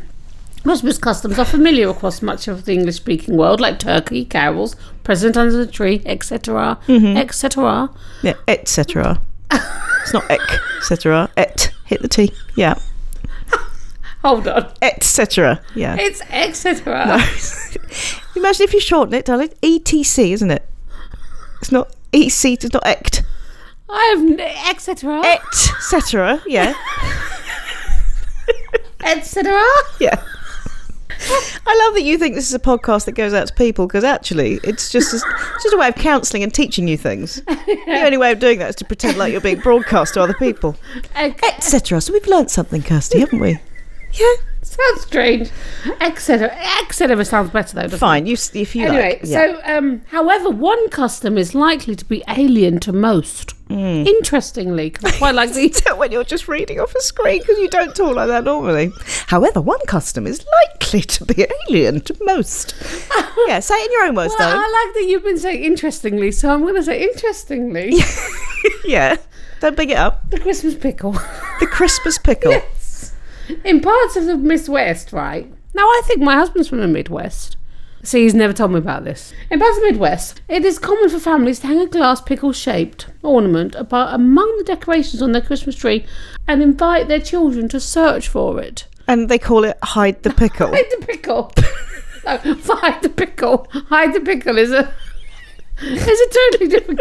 S1: Christmas customs are familiar across much of the English speaking world, like turkey, carols, present under the tree, etc.,
S2: Mm-hmm.
S1: etc.
S2: Yeah, etc. It's not ek, etc. Et hit the T. Yeah,
S1: Hold on.
S2: etc. *laughs* Yeah.
S1: It's etc.
S2: Imagine if you shorten it, darling. ETC, isn't it? It's not EC. It's not ect.
S1: I have n- etc.
S2: E- Etc. Yeah.
S1: etc.
S2: Yeah. I love that you think this is a podcast that goes out to people because actually it's just it's just a way of counselling and teaching you things. The only way of doing that is to pretend like you're being broadcast to other people, E-
S1: Ex-
S2: etc. So we've learnt something, Kirsty, haven't we? Yeah.
S1: Sounds strange. Etc. Etc. sounds better though. Doesn't it?
S2: Fine. You s- if you
S1: Anyway,
S2: like. Yeah.
S1: so
S2: *laughs*
S1: um, however, one custom is likely to be alien to most.
S2: Hmm.
S1: Interestingly, 'cause I quite like
S2: *laughs*
S1: the.
S2: Is that when you're just reading off a screen because you don't talk like that normally. However, one custom is likely to be alien to most. yeah, say it in your own words,
S1: Well,
S2: though.
S1: I like that you've been saying interestingly, so I'm going to say interestingly,
S2: yeah, don't big it up.
S1: the Christmas pickle.
S2: *laughs* The Christmas pickle.
S1: In parts of the Midwest, right? Now, I think my husband's from the Midwest. See, he's never told me about this. In parts of the Midwest, it is common for families to hang a glass pickle shaped ornament about among the decorations on their Christmas tree and invite their children to search for it.
S2: And they call it hide the pickle.
S1: Hide the
S2: *laughs*
S1: pickle. no, *laughs* hide the pickle. Hide the pickle is a is a totally different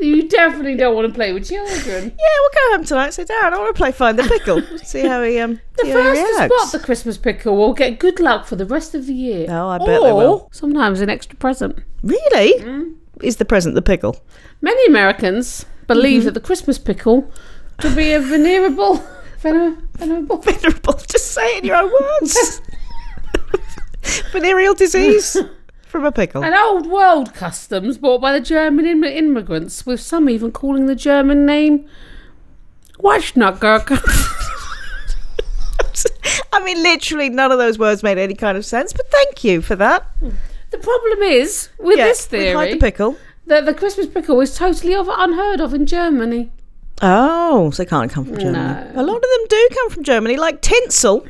S1: you definitely don't want to play with children.
S2: Yeah, we'll go home tonight. Say, Dad, I want to play Find the *laughs* Pickle. See how he um.
S1: The
S2: see how he
S1: first to
S2: reacts.
S1: spot the Christmas pickle will get good luck for the rest of the year.
S2: Oh, I bet they will.
S1: Or Sometimes an extra present.
S2: Really? Is the present the pickle?
S1: Many Americans believe
S2: Mm-hmm.
S1: that the Christmas pickle to be a venerable, *laughs* vener, venerable
S2: *laughs* Venerable. Just say it in your own words. *laughs* Venereal *laughs* disease from a pickle. *laughs*
S1: An old world customs bought by the German Im- immigrants, with some even calling the German name Waschnacker.
S2: I mean, literally, none of those words made any kind of sense. But thank you for that.
S1: *laughs* the problem is with
S2: Yeah,
S1: this
S2: we hide
S1: theory
S2: the pickle.
S1: that the Christmas pickle is totally of- unheard of in Germany.
S2: Oh, so they can't come from Germany. A lot of them do come from Germany, like tinsel.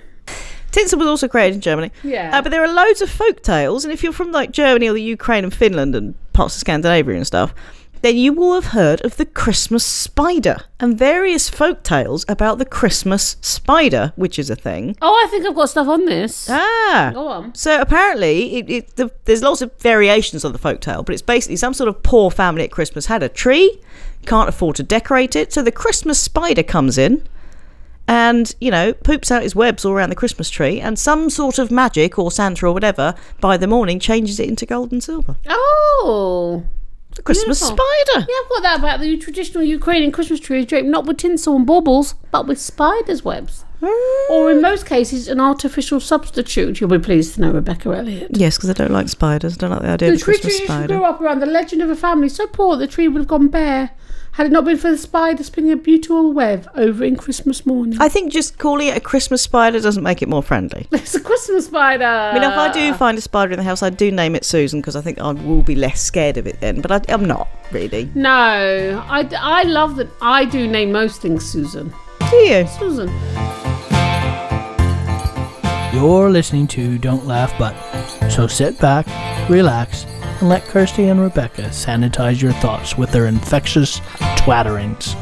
S2: Tinsel was also created in Germany.
S1: Yeah.
S2: Uh, but there are loads of folk tales, and if you're from like Germany or the Ukraine and Finland and parts of Scandinavia and stuff, then you will have heard of the Christmas spider and various folk tales about the Christmas spider, which is a thing.
S1: Oh, I think I've got stuff on this.
S2: Ah.
S1: Go on.
S2: So apparently, it, it, the, there's lots of variations of the folktale, but it's basically some sort of poor family at Christmas had a tree, can't afford to decorate it, so the Christmas spider comes in and, you know, poops out his webs all around the Christmas tree, and some sort of magic or Santa or whatever by the morning changes it into gold and silver.
S1: Oh.
S2: The Christmas
S1: Beautiful.
S2: spider!
S1: Yeah, I've got that about the traditional Ukrainian Christmas tree is draped not with tinsel and baubles, but with spiders' webs. Or in most cases, an artificial substitute, you'll be pleased to know, Rebecca Elliott.
S2: Yes, because I don't like spiders. I don't like the idea
S1: The
S2: of a
S1: tree
S2: Christmas
S1: tradition
S2: spider.
S1: grew up around the legend of a family so poor the tree would have gone bare had it not been for the spider spinning a beautiful web over in Christmas morning.
S2: I think just calling it a Christmas spider doesn't make it more friendly.
S1: *laughs* it's a Christmas spider.
S2: I mean, if I
S1: Uh.
S2: do find a spider in the house, I do name it Susan because I think I will be less scared of it then. But I, I'm not really.
S1: No, I, d- I love that I do name most things Susan.
S2: Do you?
S1: Susan.
S3: You're listening to Don't Laugh But. So sit back, relax, and let Kirsty and Rebecca sanitize your thoughts with their infectious twatterings.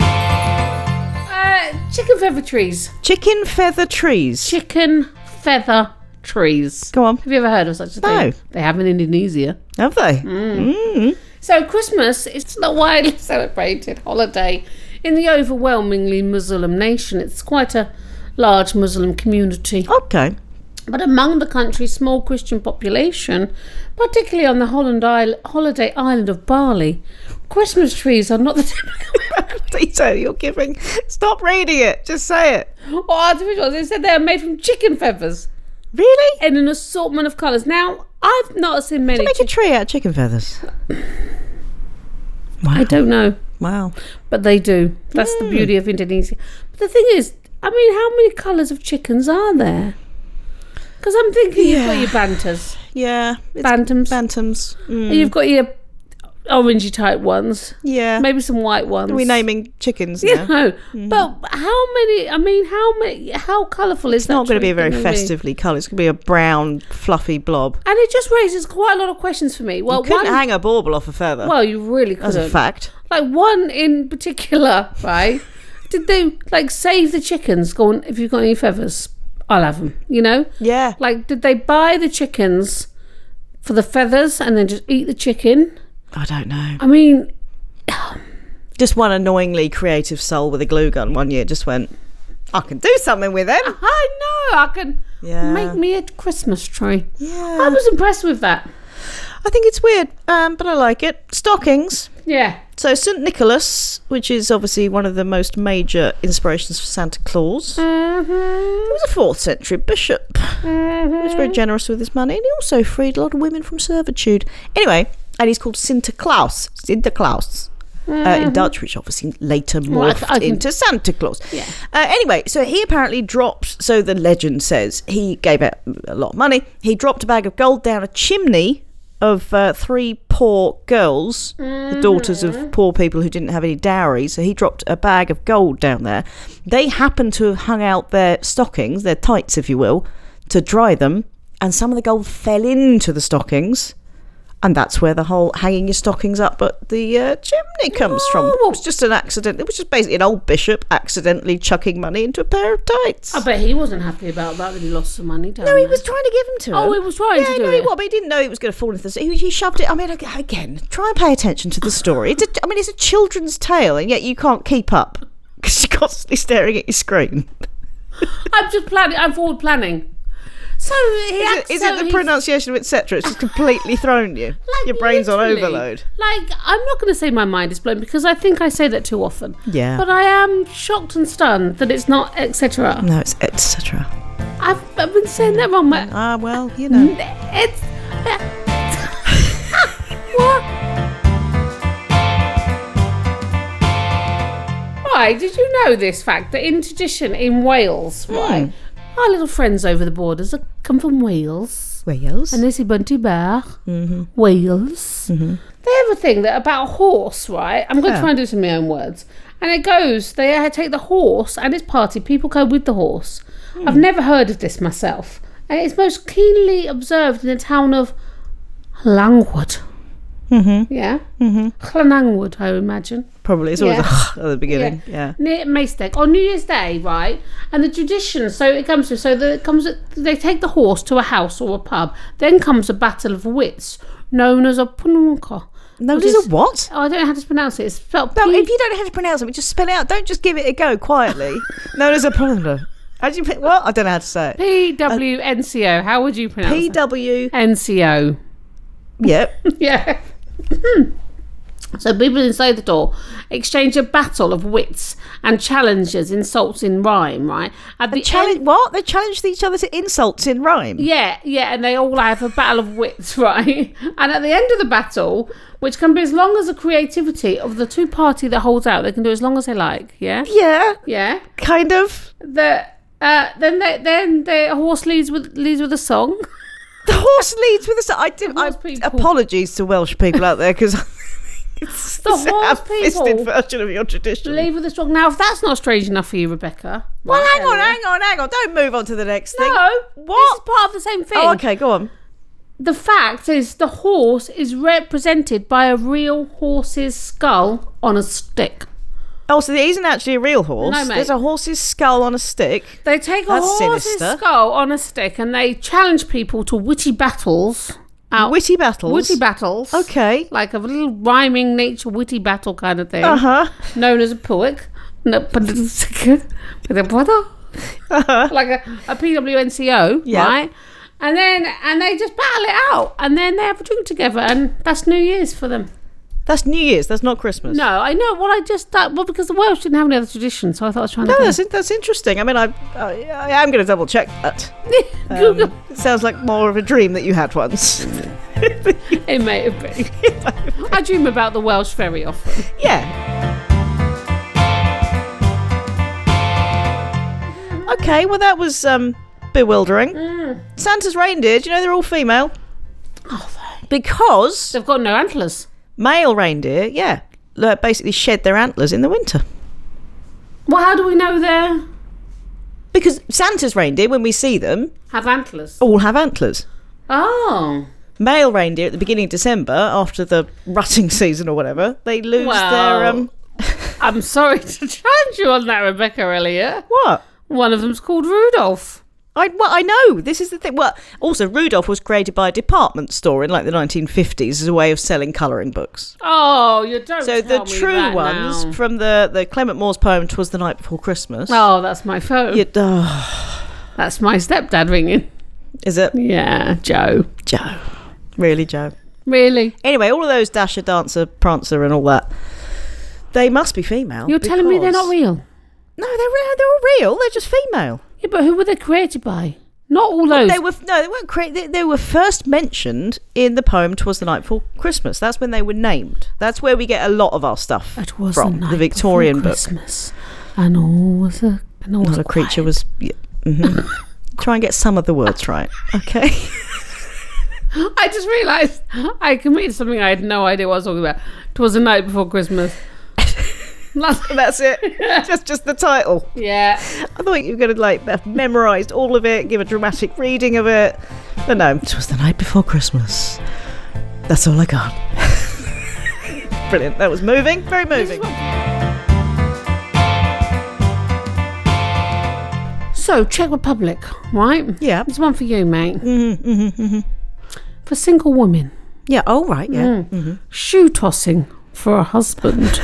S1: Uh, chicken feather trees.
S2: Chicken feather trees.
S1: Chicken feather trees.
S2: Go on.
S1: Have you ever heard of such a
S2: No.
S1: thing? They have in Indonesia.
S2: Have they?
S1: Mm. So Christmas is not widely *laughs* celebrated holiday in the overwhelmingly Muslim nation. It's quite a large Muslim community.
S2: Okay. *laughs*
S1: But among the country's small Christian population, particularly on the Holland Isle, holiday island of Bali, Christmas trees are not the *laughs* typical
S2: Tito, you're giving. Stop reading it. Just say it.
S1: or artificial. They said they are made from chicken feathers
S2: Really?
S1: in an assortment of colours. Now, I've not seen many.
S2: Make a tree out of chicken feathers.
S1: I don't know.
S2: Wow.
S1: But they do. That's
S2: Hmm.
S1: the beauty of Indonesia. But the thing is, I mean, how many colours of chickens are there? Because I'm thinking you've got your banters,
S2: Yeah. It's
S1: bantams,
S2: Bantams. Mm.
S1: and you've got your orangey type ones,
S2: Yeah.
S1: maybe some white ones.
S2: Are
S1: *laughs*
S2: we Mm-hmm. naming chickens
S1: You *laughs*
S2: now?
S1: know, but how many? I mean, how many? How colourful is
S2: It's
S1: that?
S2: not going to be
S1: tree
S2: a very
S1: gonna be?
S2: festively coloured. It's going to be a brown, fluffy blob.
S1: And it just raises quite a lot of questions for me. Well,
S2: you couldn't
S1: one,
S2: hang a bauble off a feather.
S1: well, you really
S2: That's a
S1: couldn't.
S2: fact.
S1: Like one in particular, right? Did they like save the chickens? Go on, if you've got any feathers, I'll have them. You know,
S2: Yeah.
S1: like did they buy the chickens for the feathers and then just eat the chicken?
S2: I don't know.
S1: I mean,
S2: just one annoyingly creative soul with a glue gun one year just went, I can do something with it.
S1: I know I can
S2: Yeah.
S1: make me a Christmas tree. I
S2: yeah.
S1: was impressed with that.
S2: I think it's weird, um, but I like it. Stockings.
S1: Yeah,
S2: So St. Nicholas, which is obviously one of the most major inspirations for Santa Claus, he was a fourth century bishop. He was very generous with his money and he also freed a lot of women from servitude. Anyway, and he's called Sinterklaas. Sinterklaas. Uh, in Dutch, which obviously later morphed
S1: Um, Well, I- I can-
S2: into Santa Claus.
S1: Yeah.
S2: Uh, anyway, so he apparently dropped. So the legend says he gave out a lot of money. He dropped a bag of gold down a chimney of uh, three poor girls, the daughters
S1: Mm.
S2: of poor people who didn't have any dowry. So he dropped a bag of gold down there. They happened to have hung out their stockings, their tights, if you will, to dry them, and some of the gold fell into the stockings. And that's where the whole hanging your stockings up at the uh, chimney comes from. It was just an accident. It was just basically an old bishop accidentally chucking money into a pair of tights.
S1: I bet he wasn't happy about that. That he lost some money. Down
S2: No, he
S1: there.
S2: was trying to give them to
S1: Oh,
S2: him.
S1: he was trying
S2: yeah,
S1: to do
S2: no,
S1: it.
S2: He, was, but he didn't know it was going to fall into the sea. He, he shoved it. I mean, ag- again, try and pay attention to the story. It's a, I mean, it's a children's tale, and yet you can't keep up because you're constantly staring at your screen.
S1: I'm just planning. I'm forward planning. So he
S2: Is it,
S1: acts-
S2: is
S1: so
S2: it the
S1: he's-
S2: pronunciation of etc? It's
S1: *laughs*
S2: just completely thrown you.
S1: like,
S2: your brain's
S1: literally.
S2: on overload.
S1: Like I'm not going to say my mind is blown because I think I say that too often.
S2: Yeah.
S1: But I am shocked and stunned that it's not etc.
S2: No, it's etc.
S1: I've, I've been saying that wrong. My,
S2: Ah, well, you know.
S1: Mm. it's *laughs* what? Why did you know this fact that in tradition in Wales, right,
S2: Hmm.
S1: our little friends over the borders are, come from Wales.
S2: Wales.
S1: And they say Bunty Bear, Wales. They have a thing that about a horse, right? I'm going to
S2: Yeah.
S1: try and do this in my own words. And it goes, they uh, take the horse and its party, people go with the horse. I've never heard of this myself. And it's most keenly observed in the town of Langwood. Mm-hmm. Yeah? Mm-hmm. Llanangwood, I imagine
S2: Probably. It's always
S1: Yeah.
S2: a *laughs* at the beginning. Yeah.
S1: near Maystack on New Year's Day, right? And the tradition, so it comes to, so the, it comes, they take the horse to a house or a pub. Then comes a battle of wits known as a punwaka.
S2: No,
S1: which
S2: it is a what?
S1: Oh, I don't know how to pronounce it. It's spelled
S2: No,
S1: P-
S2: if you don't know how to pronounce them, just spell it out. Don't just give it a go quietly. *laughs* no, there's a problem. How do you, put- what? I don't know how to say it.
S1: P W N C O. How would you pronounce
S2: P
S1: it?
S2: *laughs* W.
S1: N C O. *laughs*
S2: Yep.
S1: Yeah. so people inside the door exchange a battle of wits and challenges, insults in rhyme, right? At the end-
S2: Challenge what? They challenged each other to insults in rhyme.
S1: Yeah, yeah, and they all have a battle of wits, *laughs* right? And at the end of the battle, which can be as long as the creativity of the two party that holds out, they can do as long as they like. Yeah,
S2: Yeah,
S1: yeah.
S2: kind of.
S1: The uh, then they, then the horse leads with leads with a song. *laughs*
S2: The horse leads with us. I did.
S1: The
S2: I,
S1: horse people.
S2: apologies to Welsh people out there *laughs* because it's,
S1: The
S2: it's a
S1: horse
S2: ham-fisted
S1: people.
S2: version of your tradition.
S1: Lead with a song. Now, if that's not strange enough for you, Rebecca.
S2: well, hang on,
S1: Elliot.
S2: hang on, hang on. Don't move on to the next thing.
S1: No,
S2: What?
S1: This is part of the same thing.
S2: Oh, okay, go on.
S1: The fact is, the horse is represented by a real horse's skull on a stick.
S2: Oh, so there isn't actually a real horse.
S1: No, mate.
S2: There's a horse's skull on a stick.
S1: They take a
S2: That's
S1: horse's
S2: sinister.
S1: skull on a stick and they challenge people to witty battles. Out
S2: Witty battles.
S1: witty battles.
S2: Okay.
S1: Like a little rhyming nature witty battle kind of thing.
S2: Uh huh.
S1: Known as a poet. No, *laughs* but with a
S2: *laughs*
S1: brother. like a, a PWNCO,
S2: Uh-huh. Yeah.
S1: right? And then and they just battle it out and then they have a drink together and that's New Year's for them.
S2: That's New Year's. That's not Christmas.
S1: No, I know. Well, I just that well because the Welsh didn't have any other tradition, so I thought I was trying
S2: No,
S1: to
S2: Oh, that's in- that's interesting. I mean, I I, I am going to double check that.
S1: *laughs* Google.
S2: It sounds like more of a dream that you had once.
S1: It may have
S2: *laughs*
S1: been. I dream about the Welsh very often.
S2: yeah. Okay. Well, that was um, bewildering.
S1: Mm.
S2: Santa's reindeer. Do you know they're all female?
S1: Oh,
S2: Because
S1: They've got no antlers.
S2: male reindeer, yeah, like, basically shed their antlers in the winter.
S1: Well, how do we know they
S2: Because Santa's reindeer, when we see them,
S1: have antlers?
S2: all have antlers.
S1: Oh.
S2: male reindeer at the beginning of December, after the rutting *laughs* season or whatever, they lose their
S1: Well-
S2: um
S1: I'm sorry to challenge you on that, Rebecca Elliot.
S2: what?
S1: One of them's called Rudolph.
S2: I well, I know this is the thing. Well, also Rudolph was created by a department store in like the 1950s as a way of selling colouring books.
S1: Oh, you don't.
S2: So
S1: tell
S2: the
S1: me
S2: true
S1: that
S2: ones
S1: now.
S2: from the the Clement Moore's poem "Twas the Night Before Christmas."
S1: Oh, that's my phone.
S2: You'd- oh,
S1: That's my stepdad ringing.
S2: is it
S1: Yeah, Joe.
S2: Joe? Really, Joe?
S1: Really?
S2: Anyway, all of those Dasher, Dancer, Prancer, and all that. They must be female.
S1: You're telling me they're not
S2: because-
S1: real?
S2: No, they're re- they're all real. They're just female.
S1: Yeah, but who were they created by? Not all those.
S2: They were no, they weren't cre- they, they were first mentioned in the poem "Twas the Night Before Christmas." That's when they were named. That's where we get a lot of our stuff
S1: it was
S2: from
S1: the, night
S2: the Victorian
S1: before
S2: book.
S1: Christmas, and all was a and all was
S2: Not a creature was. Yeah,
S1: *laughs*
S2: mhm. Try and get some of the words right, okay?
S1: I just realised I committed something I had no idea what I was talking about. It was the night before *laughs* Christmas. That's- *laughs*
S2: That's it. just just the title.
S1: yeah.
S2: I thought you were going to like have memorised all of it, give a dramatic reading of it, but no, "Twas the Night Before Christmas." That's all I got. *laughs* Brilliant. That was moving. Very moving.
S1: So, Czech Republic, right?
S2: Yeah.
S1: It's one for you, mate. Mm-hmm, mm-hmm, For single women,
S2: Yeah. All right. Yeah.
S1: Mm. shoe tossing for a *laughs* husband.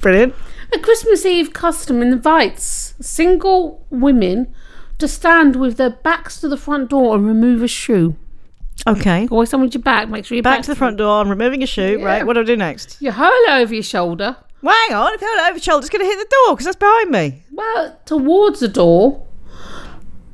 S2: Brilliant.
S1: a Christmas Eve custom invites single women to stand with their backs to the front door and remove a shoe.
S2: Okay.
S1: Always stand with your back. Make sure your
S2: Back
S1: back's
S2: to the front door. I'm removing a shoe. Right. What do I do next?
S1: You hurl it over your shoulder.
S2: Well, hang on. If I hold it over shoulder, it's going to hit the door because that's behind me.
S1: Well, towards the door.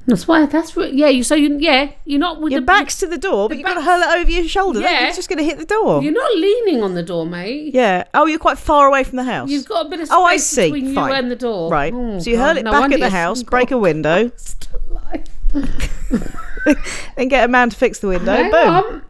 S1: That's why. That's re- yeah. You so you yeah. You're not with
S2: Your
S1: the
S2: back's to the door, but you've got to
S1: back's-
S2: hurl it over your shoulder.
S1: Yeah.
S2: Yeah. It's just going to hit the door.
S1: You're not leaning on the door, mate.
S2: yeah. Oh, you're quite far away from the house.
S1: You've got a bit of space
S2: Oh, I see.
S1: between
S2: Fine.
S1: you and the door.
S2: Right.
S1: Oh,
S2: so you
S1: God.
S2: hurl it
S1: No
S2: back
S1: wonder
S2: at the
S1: you're
S2: house,
S1: single.
S2: break a window, *laughs*
S1: Like,
S2: then get a man to fix the window.
S1: hang
S2: Boom.
S1: on. um,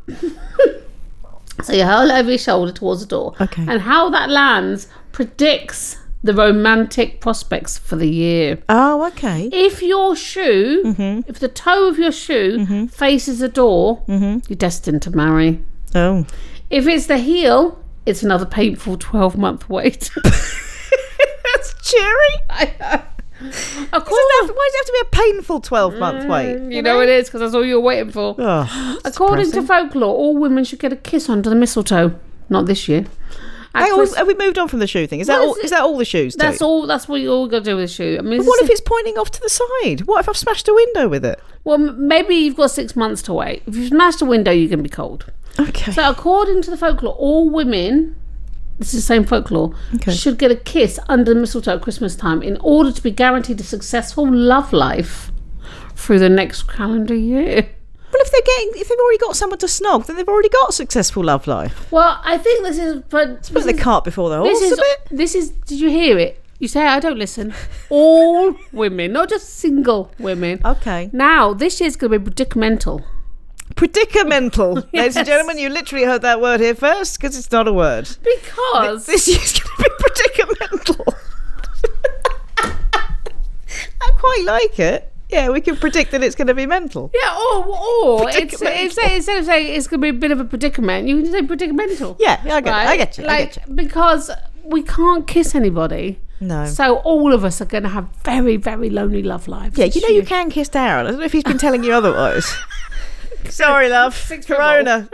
S1: *laughs* so you hurl it over your shoulder towards the door.
S2: Okay.
S1: And how that lands predicts the romantic prospects for the year.
S2: Oh, okay.
S1: If your shoe,
S2: Mm-hmm.
S1: if the toe of your shoe faces a door,
S2: Mm-hmm.
S1: you're destined to marry. *laughs*
S2: Oh.
S1: If it's the heel, it's another painful 12 month wait. *laughs*
S2: That's cheery.
S1: I know. Of
S2: Does
S1: course,
S2: it have- why does it have to be a painful 12 month wait?
S1: you know it is because that's all you're waiting for. *gasps*
S2: Oh.
S1: According to folklore, all women should get a kiss under the mistletoe. Not this year. At
S2: Hang on,
S1: Chris-
S2: oh, have we moved on from the shoe thing? Is that
S1: What
S2: all?
S1: is it-
S2: Is that all the shoes? do?
S1: that's all. That's what you all got to do with a shoe. I mean,
S2: But
S1: it's
S2: What
S1: a
S2: if it's pointing off to the side? What if I've smashed a window with it?
S1: si- well, m- maybe you've got six months to wait. If you smash the window, you can be cold.
S2: Okay.
S1: So, according to the folklore, all women. This is the same folklore.
S2: Okay.
S1: Should get a kiss under the mistletoe at Christmas time in order to be guaranteed a successful love life through the next calendar year.
S2: well, if they're getting, if they've already got someone to snog, then they've already got a successful love life.
S1: Well, I think this is. But
S2: Put the cart before the horse
S1: This
S2: a
S1: is
S2: bit.
S1: this is. Did you hear it? You say I don't listen. All women, not just single women.
S2: Okay.
S1: Now this year's going to be predicamental. *laughs*
S2: Predicamental, ladies and
S1: Yes.
S2: gentlemen. You literally heard that word here first because it's not a word.
S1: Because
S2: This *laughs* year's going to be predicamental. *laughs* I quite like it. Yeah, we can predict that it's going to be mental.
S1: yeah, or or it's, it's
S2: Predicamental.
S1: instead of saying it's going to be a bit of a predicament, you can say predicamental.
S2: Yeah, I get,
S1: right?
S2: I get you. I
S1: Like
S2: get you.
S1: because we can't kiss anybody,
S2: No.
S1: so all of us are going to have very very lonely love lives.
S2: Yeah,
S1: this
S2: you know you
S1: year.
S2: can kiss Darren. I don't know if he's been telling
S1: *laughs*
S2: you otherwise. Sorry, love. Corona.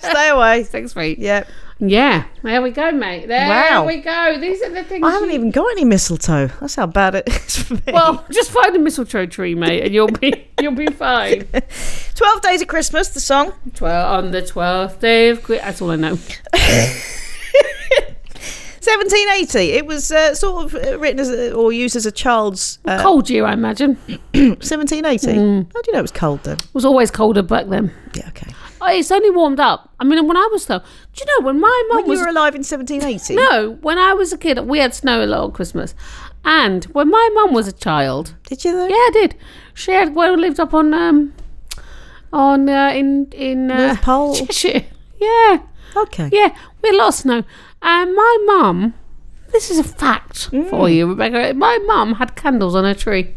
S2: Stay away.
S1: Six feet. Yeah.
S2: Yeah.
S1: there we go, mate. There
S2: Wow.
S1: we go. These are the things.
S2: I haven't
S1: you-
S2: even got any mistletoe. That's how bad it is for me.
S1: *laughs* Well, just find a mistletoe tree, mate, and you'll be *laughs* you'll be
S2: *laughs*
S1: fine.
S2: 12 Days of Christmas, the song.
S1: Twelve on the twelfth day of Christ. That's all I know.
S2: 1780. It was uh, sort of uh, written as a, or used as a child's. Uh,
S1: Cold year, I imagine.
S2: 1780.
S1: Hmm.
S2: How do you know it was cold then?
S1: It was always colder back then.
S2: Yeah, okay.
S1: Oh, it's only warmed up. I mean, when I was though, do you know when my mum
S2: When you
S1: was
S2: were alive in 1780?
S1: no, when I was a kid, we had snow a lot on Christmas, and when my mum was a child,
S2: Did you though?
S1: yeah, I did. She had well lived up on um on uh, in in uh,
S2: North
S1: *laughs*
S2: Pole.
S1: Cheshire. Yeah,
S2: Okay.
S1: Yeah, we had a lot of snow. And my mum, this is a fact
S2: Mm.
S1: for you, Rebecca. My mum had candles on her tree.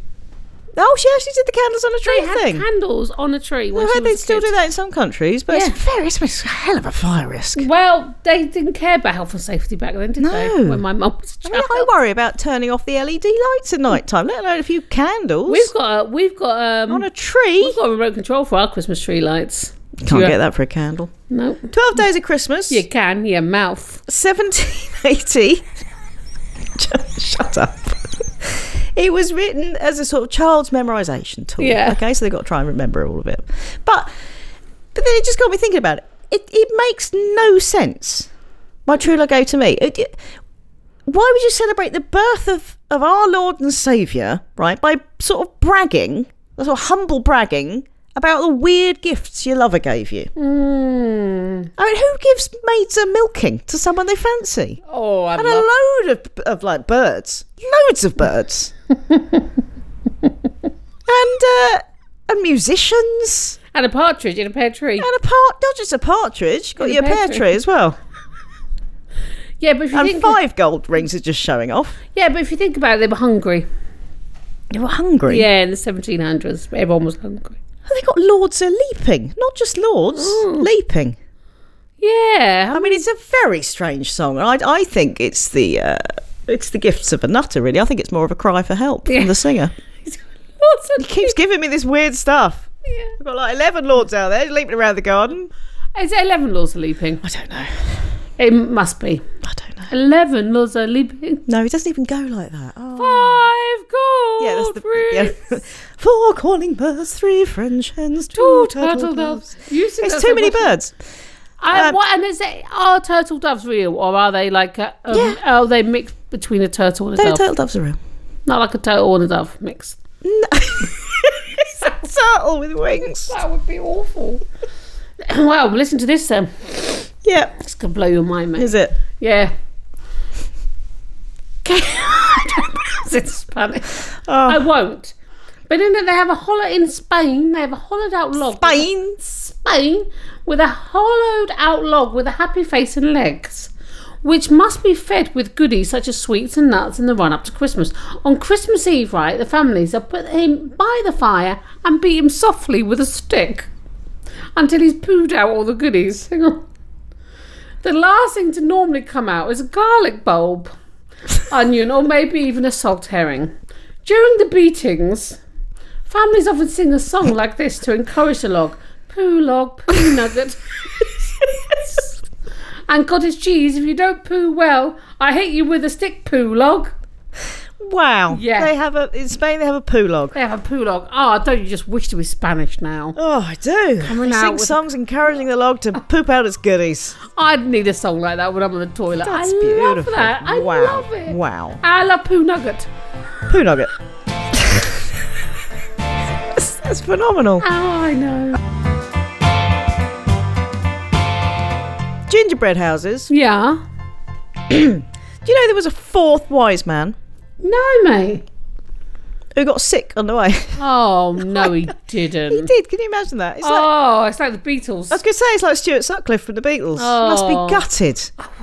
S2: Oh, she actually did the candles on a
S1: They
S2: tree
S1: had
S2: thing.
S1: candles on a tree when
S2: I
S1: she
S2: heard
S1: was
S2: they still
S1: a kid.
S2: do that in some countries, but
S1: Yeah.
S2: it's, very, it's a hell of a fire risk.
S1: Well, they didn't care about health and safety back then, did they?
S2: No.
S1: When my mum was a
S2: I, mean,
S1: child.
S2: I worry about turning off the LED lights at night time, let alone a few candles
S1: We've got a, we've got um,
S2: on a tree.
S1: we've got a remote control for our Christmas tree lights.
S2: Can't
S1: Yeah.
S2: get that for a candle.
S1: No,
S2: 12 Days of Christmas,
S1: you can. Your mouth.
S2: 1780. *laughs* Shut up. It was written as a sort of child's memorisation tool.
S1: Yeah.
S2: Okay, so they've got to try and remember all of it. But, but then it just got me thinking about it. It, it makes no sense. My true love gave to me. It- it- why would you celebrate the birth of, of our Lord and Saviour, right, by sort of bragging, sort of humble bragging about the weird gifts your lover gave you?
S1: Mm.
S2: I mean, who gives maids a milking to someone they fancy?
S1: Oh, I
S2: And a
S1: love.
S2: load of, of like birds, loads of
S1: *laughs*
S2: birds, and uh, and musicians,
S1: And a partridge in a pear tree.
S2: and a part not just a partridge, got
S1: And a
S2: you a
S1: pear
S2: pear
S1: tree.
S2: tree
S1: *laughs*
S2: as well,
S1: Yeah, but if you
S2: and
S1: think
S2: five gold rings are just showing off.
S1: yeah, but if you think about it, they were hungry.
S2: They were hungry.
S1: Yeah, in the 1700s, everyone was hungry.
S2: And they got lords a leaping, not just lords leaping.
S1: Yeah. *laughs*
S2: I mean, it's a
S1: Mm.
S2: very strange song. I, I think it's the uh, it's the gifts of a nutter, really. I think it's more of a cry for help
S1: Yeah.
S2: from
S1: *laughs*
S2: the singer.
S1: Lots of-
S2: He keeps giving me this weird stuff.
S1: yeah.
S2: I've got like eleven lords out there leaping around the garden.
S1: Is it 11 laws of leaping?
S2: I don't know.
S1: It must be.
S2: I don't know.
S1: 11 laws of leaping.
S2: No, he doesn't even go like that. Oh.
S1: Five gold
S2: Yeah, that's
S1: rings.
S2: the yeah. four calling birds, three French hens, *laughs* two,
S1: Two
S2: turtle,
S1: turtle
S2: doves.
S1: doves. You sing
S2: It's
S1: that
S2: too
S1: so
S2: many
S1: much.
S2: birds.
S1: I,
S2: Um,
S1: what, and is it, are turtle doves real or are they like, a, um,
S2: Yeah.
S1: are they mixed between a turtle and a
S2: No,
S1: dove?
S2: turtle doves are real.
S1: Not like a turtle and a dove mixed.
S2: *laughs* It's a turtle with wings.
S1: That would be *coughs* awful. wow, listen to this then.
S2: Yeah,
S1: This could blow your mind, mate.
S2: is it?
S1: Yeah. *laughs* Okay. *laughs* I don't pronounce it in Spanish. I
S2: Oh,
S1: won't. But in that they have a holler in Spain, they have a hollowed out log.
S2: Baines.
S1: Spain with a hollowed out log with a happy face and legs, which must be fed with goodies such as sweets and nuts in the run up to Christmas. On Christmas Eve, right, the families are put him by the fire and beat him softly with a stick until he's pooed out all the goodies. *laughs* Hang on. The last thing to normally come out is a garlic bulb, *laughs* onion, or maybe even a salt herring. During the beatings, Families often sing a *laughs* song like this to encourage the log. Poo log, *laughs* poo nugget. and cottage cheese, if you don't poo well, I hit you with a stick poo log.
S2: Wow.
S1: Yeah.
S2: They have a in Spain. They have a poo log.
S1: They have a poo log. Ah, don't you just wish to be Spanish now?
S2: Oh, I do.
S1: Coming
S2: They
S1: out
S2: sing
S1: with-
S2: songs encouraging the log to poop out its goodies.
S1: I'd need a song like that when I'm on the toilet.
S2: That's
S1: I
S2: beautiful.
S1: love that. I
S2: wow.
S1: love it.
S2: Wow.
S1: I love poo nugget.
S2: Poo nugget. that's, that's phenomenal.
S1: Oh, I know.
S2: Gingerbread houses.
S1: Yeah.
S2: Do you know there was a fourth wise man
S1: No, mate.
S2: who got sick on the *laughs* way?
S1: Oh, no, *laughs* he
S2: he
S1: didn't.
S2: did. Can you imagine that? It's like,
S1: Oh, it's like the Beatles.
S2: I was going to say it's like Stuart Sutcliffe from the Beatles. Must
S1: Oh.
S2: be gutted.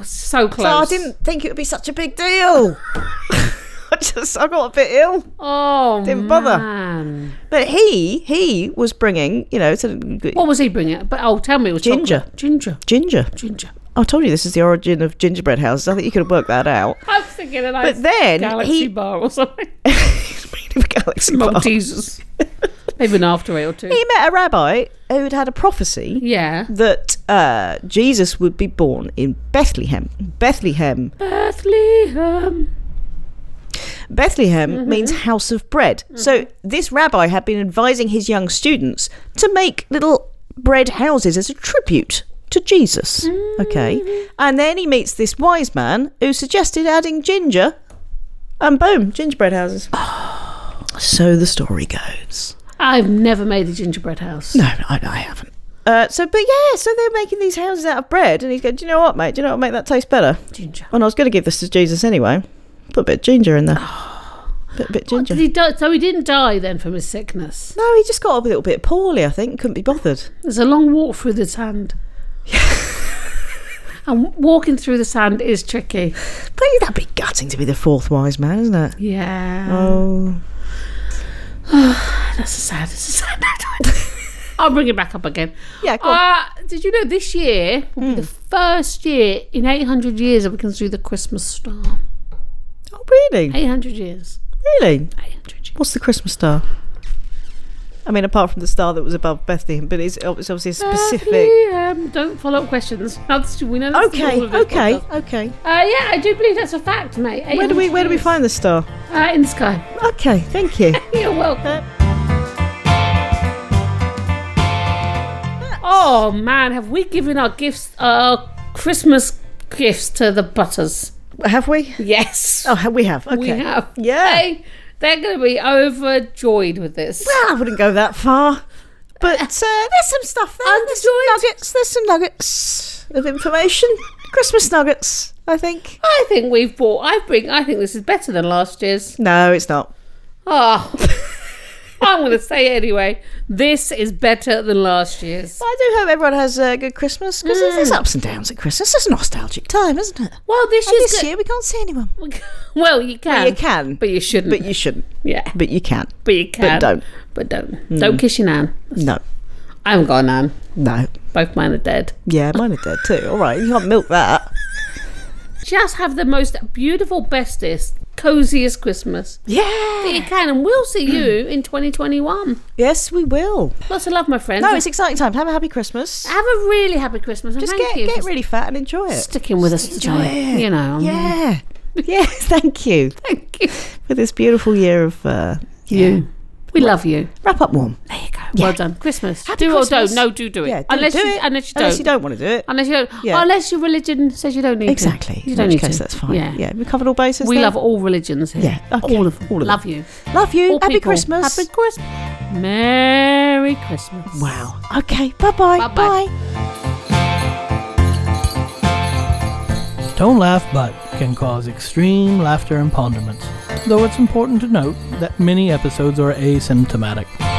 S1: so close.
S2: Oh, I didn't think it would be such a
S1: *laughs*
S2: big deal. *laughs* I just I got a bit ill.
S1: Oh,
S2: Didn't bother.
S1: man.
S2: But he he was bringing you know sort of
S1: What was he bringing? But oh, tell me, it was
S2: Ginger.
S1: chocolate. ginger,
S2: ginger.
S1: ginger.
S2: I told you this is the origin of gingerbread houses. I think you could have worked that out.
S1: I was thinking a nice
S2: But then
S1: galaxy Oh,
S2: he
S1: bar *laughs* or
S2: *laughs*
S1: something.
S2: Galaxy Bar.
S1: Maltesers. Maybe an after eight or two.
S2: Oh. He met a rabbi who had had a prophecy
S1: yeah.
S2: that uh, Jesus would be born in Bethlehem. Bethlehem.
S1: Bethlehem.
S2: Bethlehem means house of bread. So this rabbi had been advising his young students to make little bread houses as a tribute to Jesus. Okay. And then he meets this wise man who suggested adding ginger and boom, gingerbread houses. *gasps* So the story goes.
S1: I've never made a gingerbread house.
S2: No, I, I haven't. Uh, so, but yeah, so they're making these houses out of bread, and he's going, "Do you know what, mate? Do you know what make that taste better?"
S1: Ginger.
S2: And Oh, I was going to give this to Jesus anyway. Put a bit of ginger in there. Bit, bit ginger.
S1: Did he die? So he didn't die then from his sickness.
S2: No, he just got a little bit poorly, I think. Couldn't be bothered.
S1: There's a long walk through the sand. *laughs* and walking through the sand is tricky.
S2: But that'd be gutting to be the fourth wise man, isn't it?
S1: Yeah.
S2: Oh.
S1: That's a sad. That's a sad *laughs* I'll bring it back up again.
S2: Yeah, go on.
S1: Uh, did you know this year will be the
S2: Hmm.
S1: first year in 800 years that we can see the Christmas star?
S2: Oh, really?
S1: 800 years.
S2: Really?
S1: 800 years.
S2: What's the Christmas star? I mean, apart from the star that was above Bethlehem, but it's, ob- it's obviously a specific.
S1: Um, don't follow up questions. *laughs* How else do we know this is
S2: Okay,
S1: all of this
S2: okay,
S1: podcast?
S2: okay.
S1: Uh, yeah, I do believe that's a fact, mate.
S2: Where do we
S1: 800
S2: where do we
S1: years.
S2: find the star?
S1: Uh, in the
S2: *laughs*
S1: sky.
S2: Okay, thank you.
S1: You're welcome.
S2: Uh,
S1: Oh, man, have we given our gifts, our Christmas gifts to the butters?
S2: have we?
S1: Yes.
S2: Oh, ha- we have. Okay.
S1: we have.
S2: Yeah.
S1: They, they're going to be overjoyed with this.
S2: Well, I wouldn't go that far, but uh, there's some stuff there. There's some nuggets. There's some nuggets of information. Christmas nuggets, I think.
S1: I think we've bought. I bring. I think this is better than last year's.
S2: No, it's not. *laughs*
S1: Oh, I'm going to say it anyway. This is better than last year's.
S2: But I do hope everyone has a good Christmas because there's ups and downs at Christmas. It's a nostalgic time, isn't it?
S1: Well, this
S2: And
S1: year's.
S2: this year we can't see anyone.
S1: go- *laughs* well, you can.
S2: you can,
S1: but you shouldn't.
S2: but you shouldn't.
S1: yeah,
S2: But you can.
S1: but you can.
S2: don't. Hmm.
S1: But don't. Don't kiss your nan.
S2: No,
S1: I haven't got a nan.
S2: no.
S1: Both mine are dead.
S2: Yeah, mine are dead too. All right, you can't milk that.
S1: Just have the most beautiful, bestest, coziest Christmas that you
S2: Yeah.
S1: can, and we'll see you in 2021.
S2: Yes, we will.
S1: Lots of love, my friends.
S2: No, it's exciting time. Have a happy Christmas.
S1: have a really happy Christmas. And
S2: Just
S1: Ah, thank
S2: get
S1: you
S2: get
S1: for
S2: really fat and enjoy it.
S1: sticking with us today. You know, I'm-
S2: Yeah. Yes, *laughs* thank you
S1: thank you.
S2: for this beautiful year of uh,
S1: You. We love you.
S2: wrap up warm.
S1: There you go. Well done. Christmas.
S2: Happy
S1: do or
S2: Christmas.
S1: don't. No, do do it.
S2: Yeah, do,
S1: unless
S2: do
S1: you,
S2: it.
S1: Unless you don't.
S2: unless you don't want to do it.
S1: Unless you don't.
S2: Yeah.
S1: Unless your religion says you don't need
S2: Exactly.
S1: to. You
S2: In
S1: don't
S2: which
S1: need
S2: case,
S1: to.
S2: that's fine.
S1: Yeah.
S2: Yeah. we covered all bases.
S1: We
S2: there?
S1: love all religions here.
S2: Yeah, okay.
S1: All of them.
S2: All of
S1: love you.
S2: love you.
S1: All
S2: happy
S1: people.
S2: Christmas.
S1: Happy Christmas. Merry Christmas.
S2: Wow. Okay. Bye-bye.
S1: Bye-bye.
S2: Bye.
S3: Don't Laugh But can cause extreme laughter and ponderments, though it's important to note that many episodes are asymptomatic.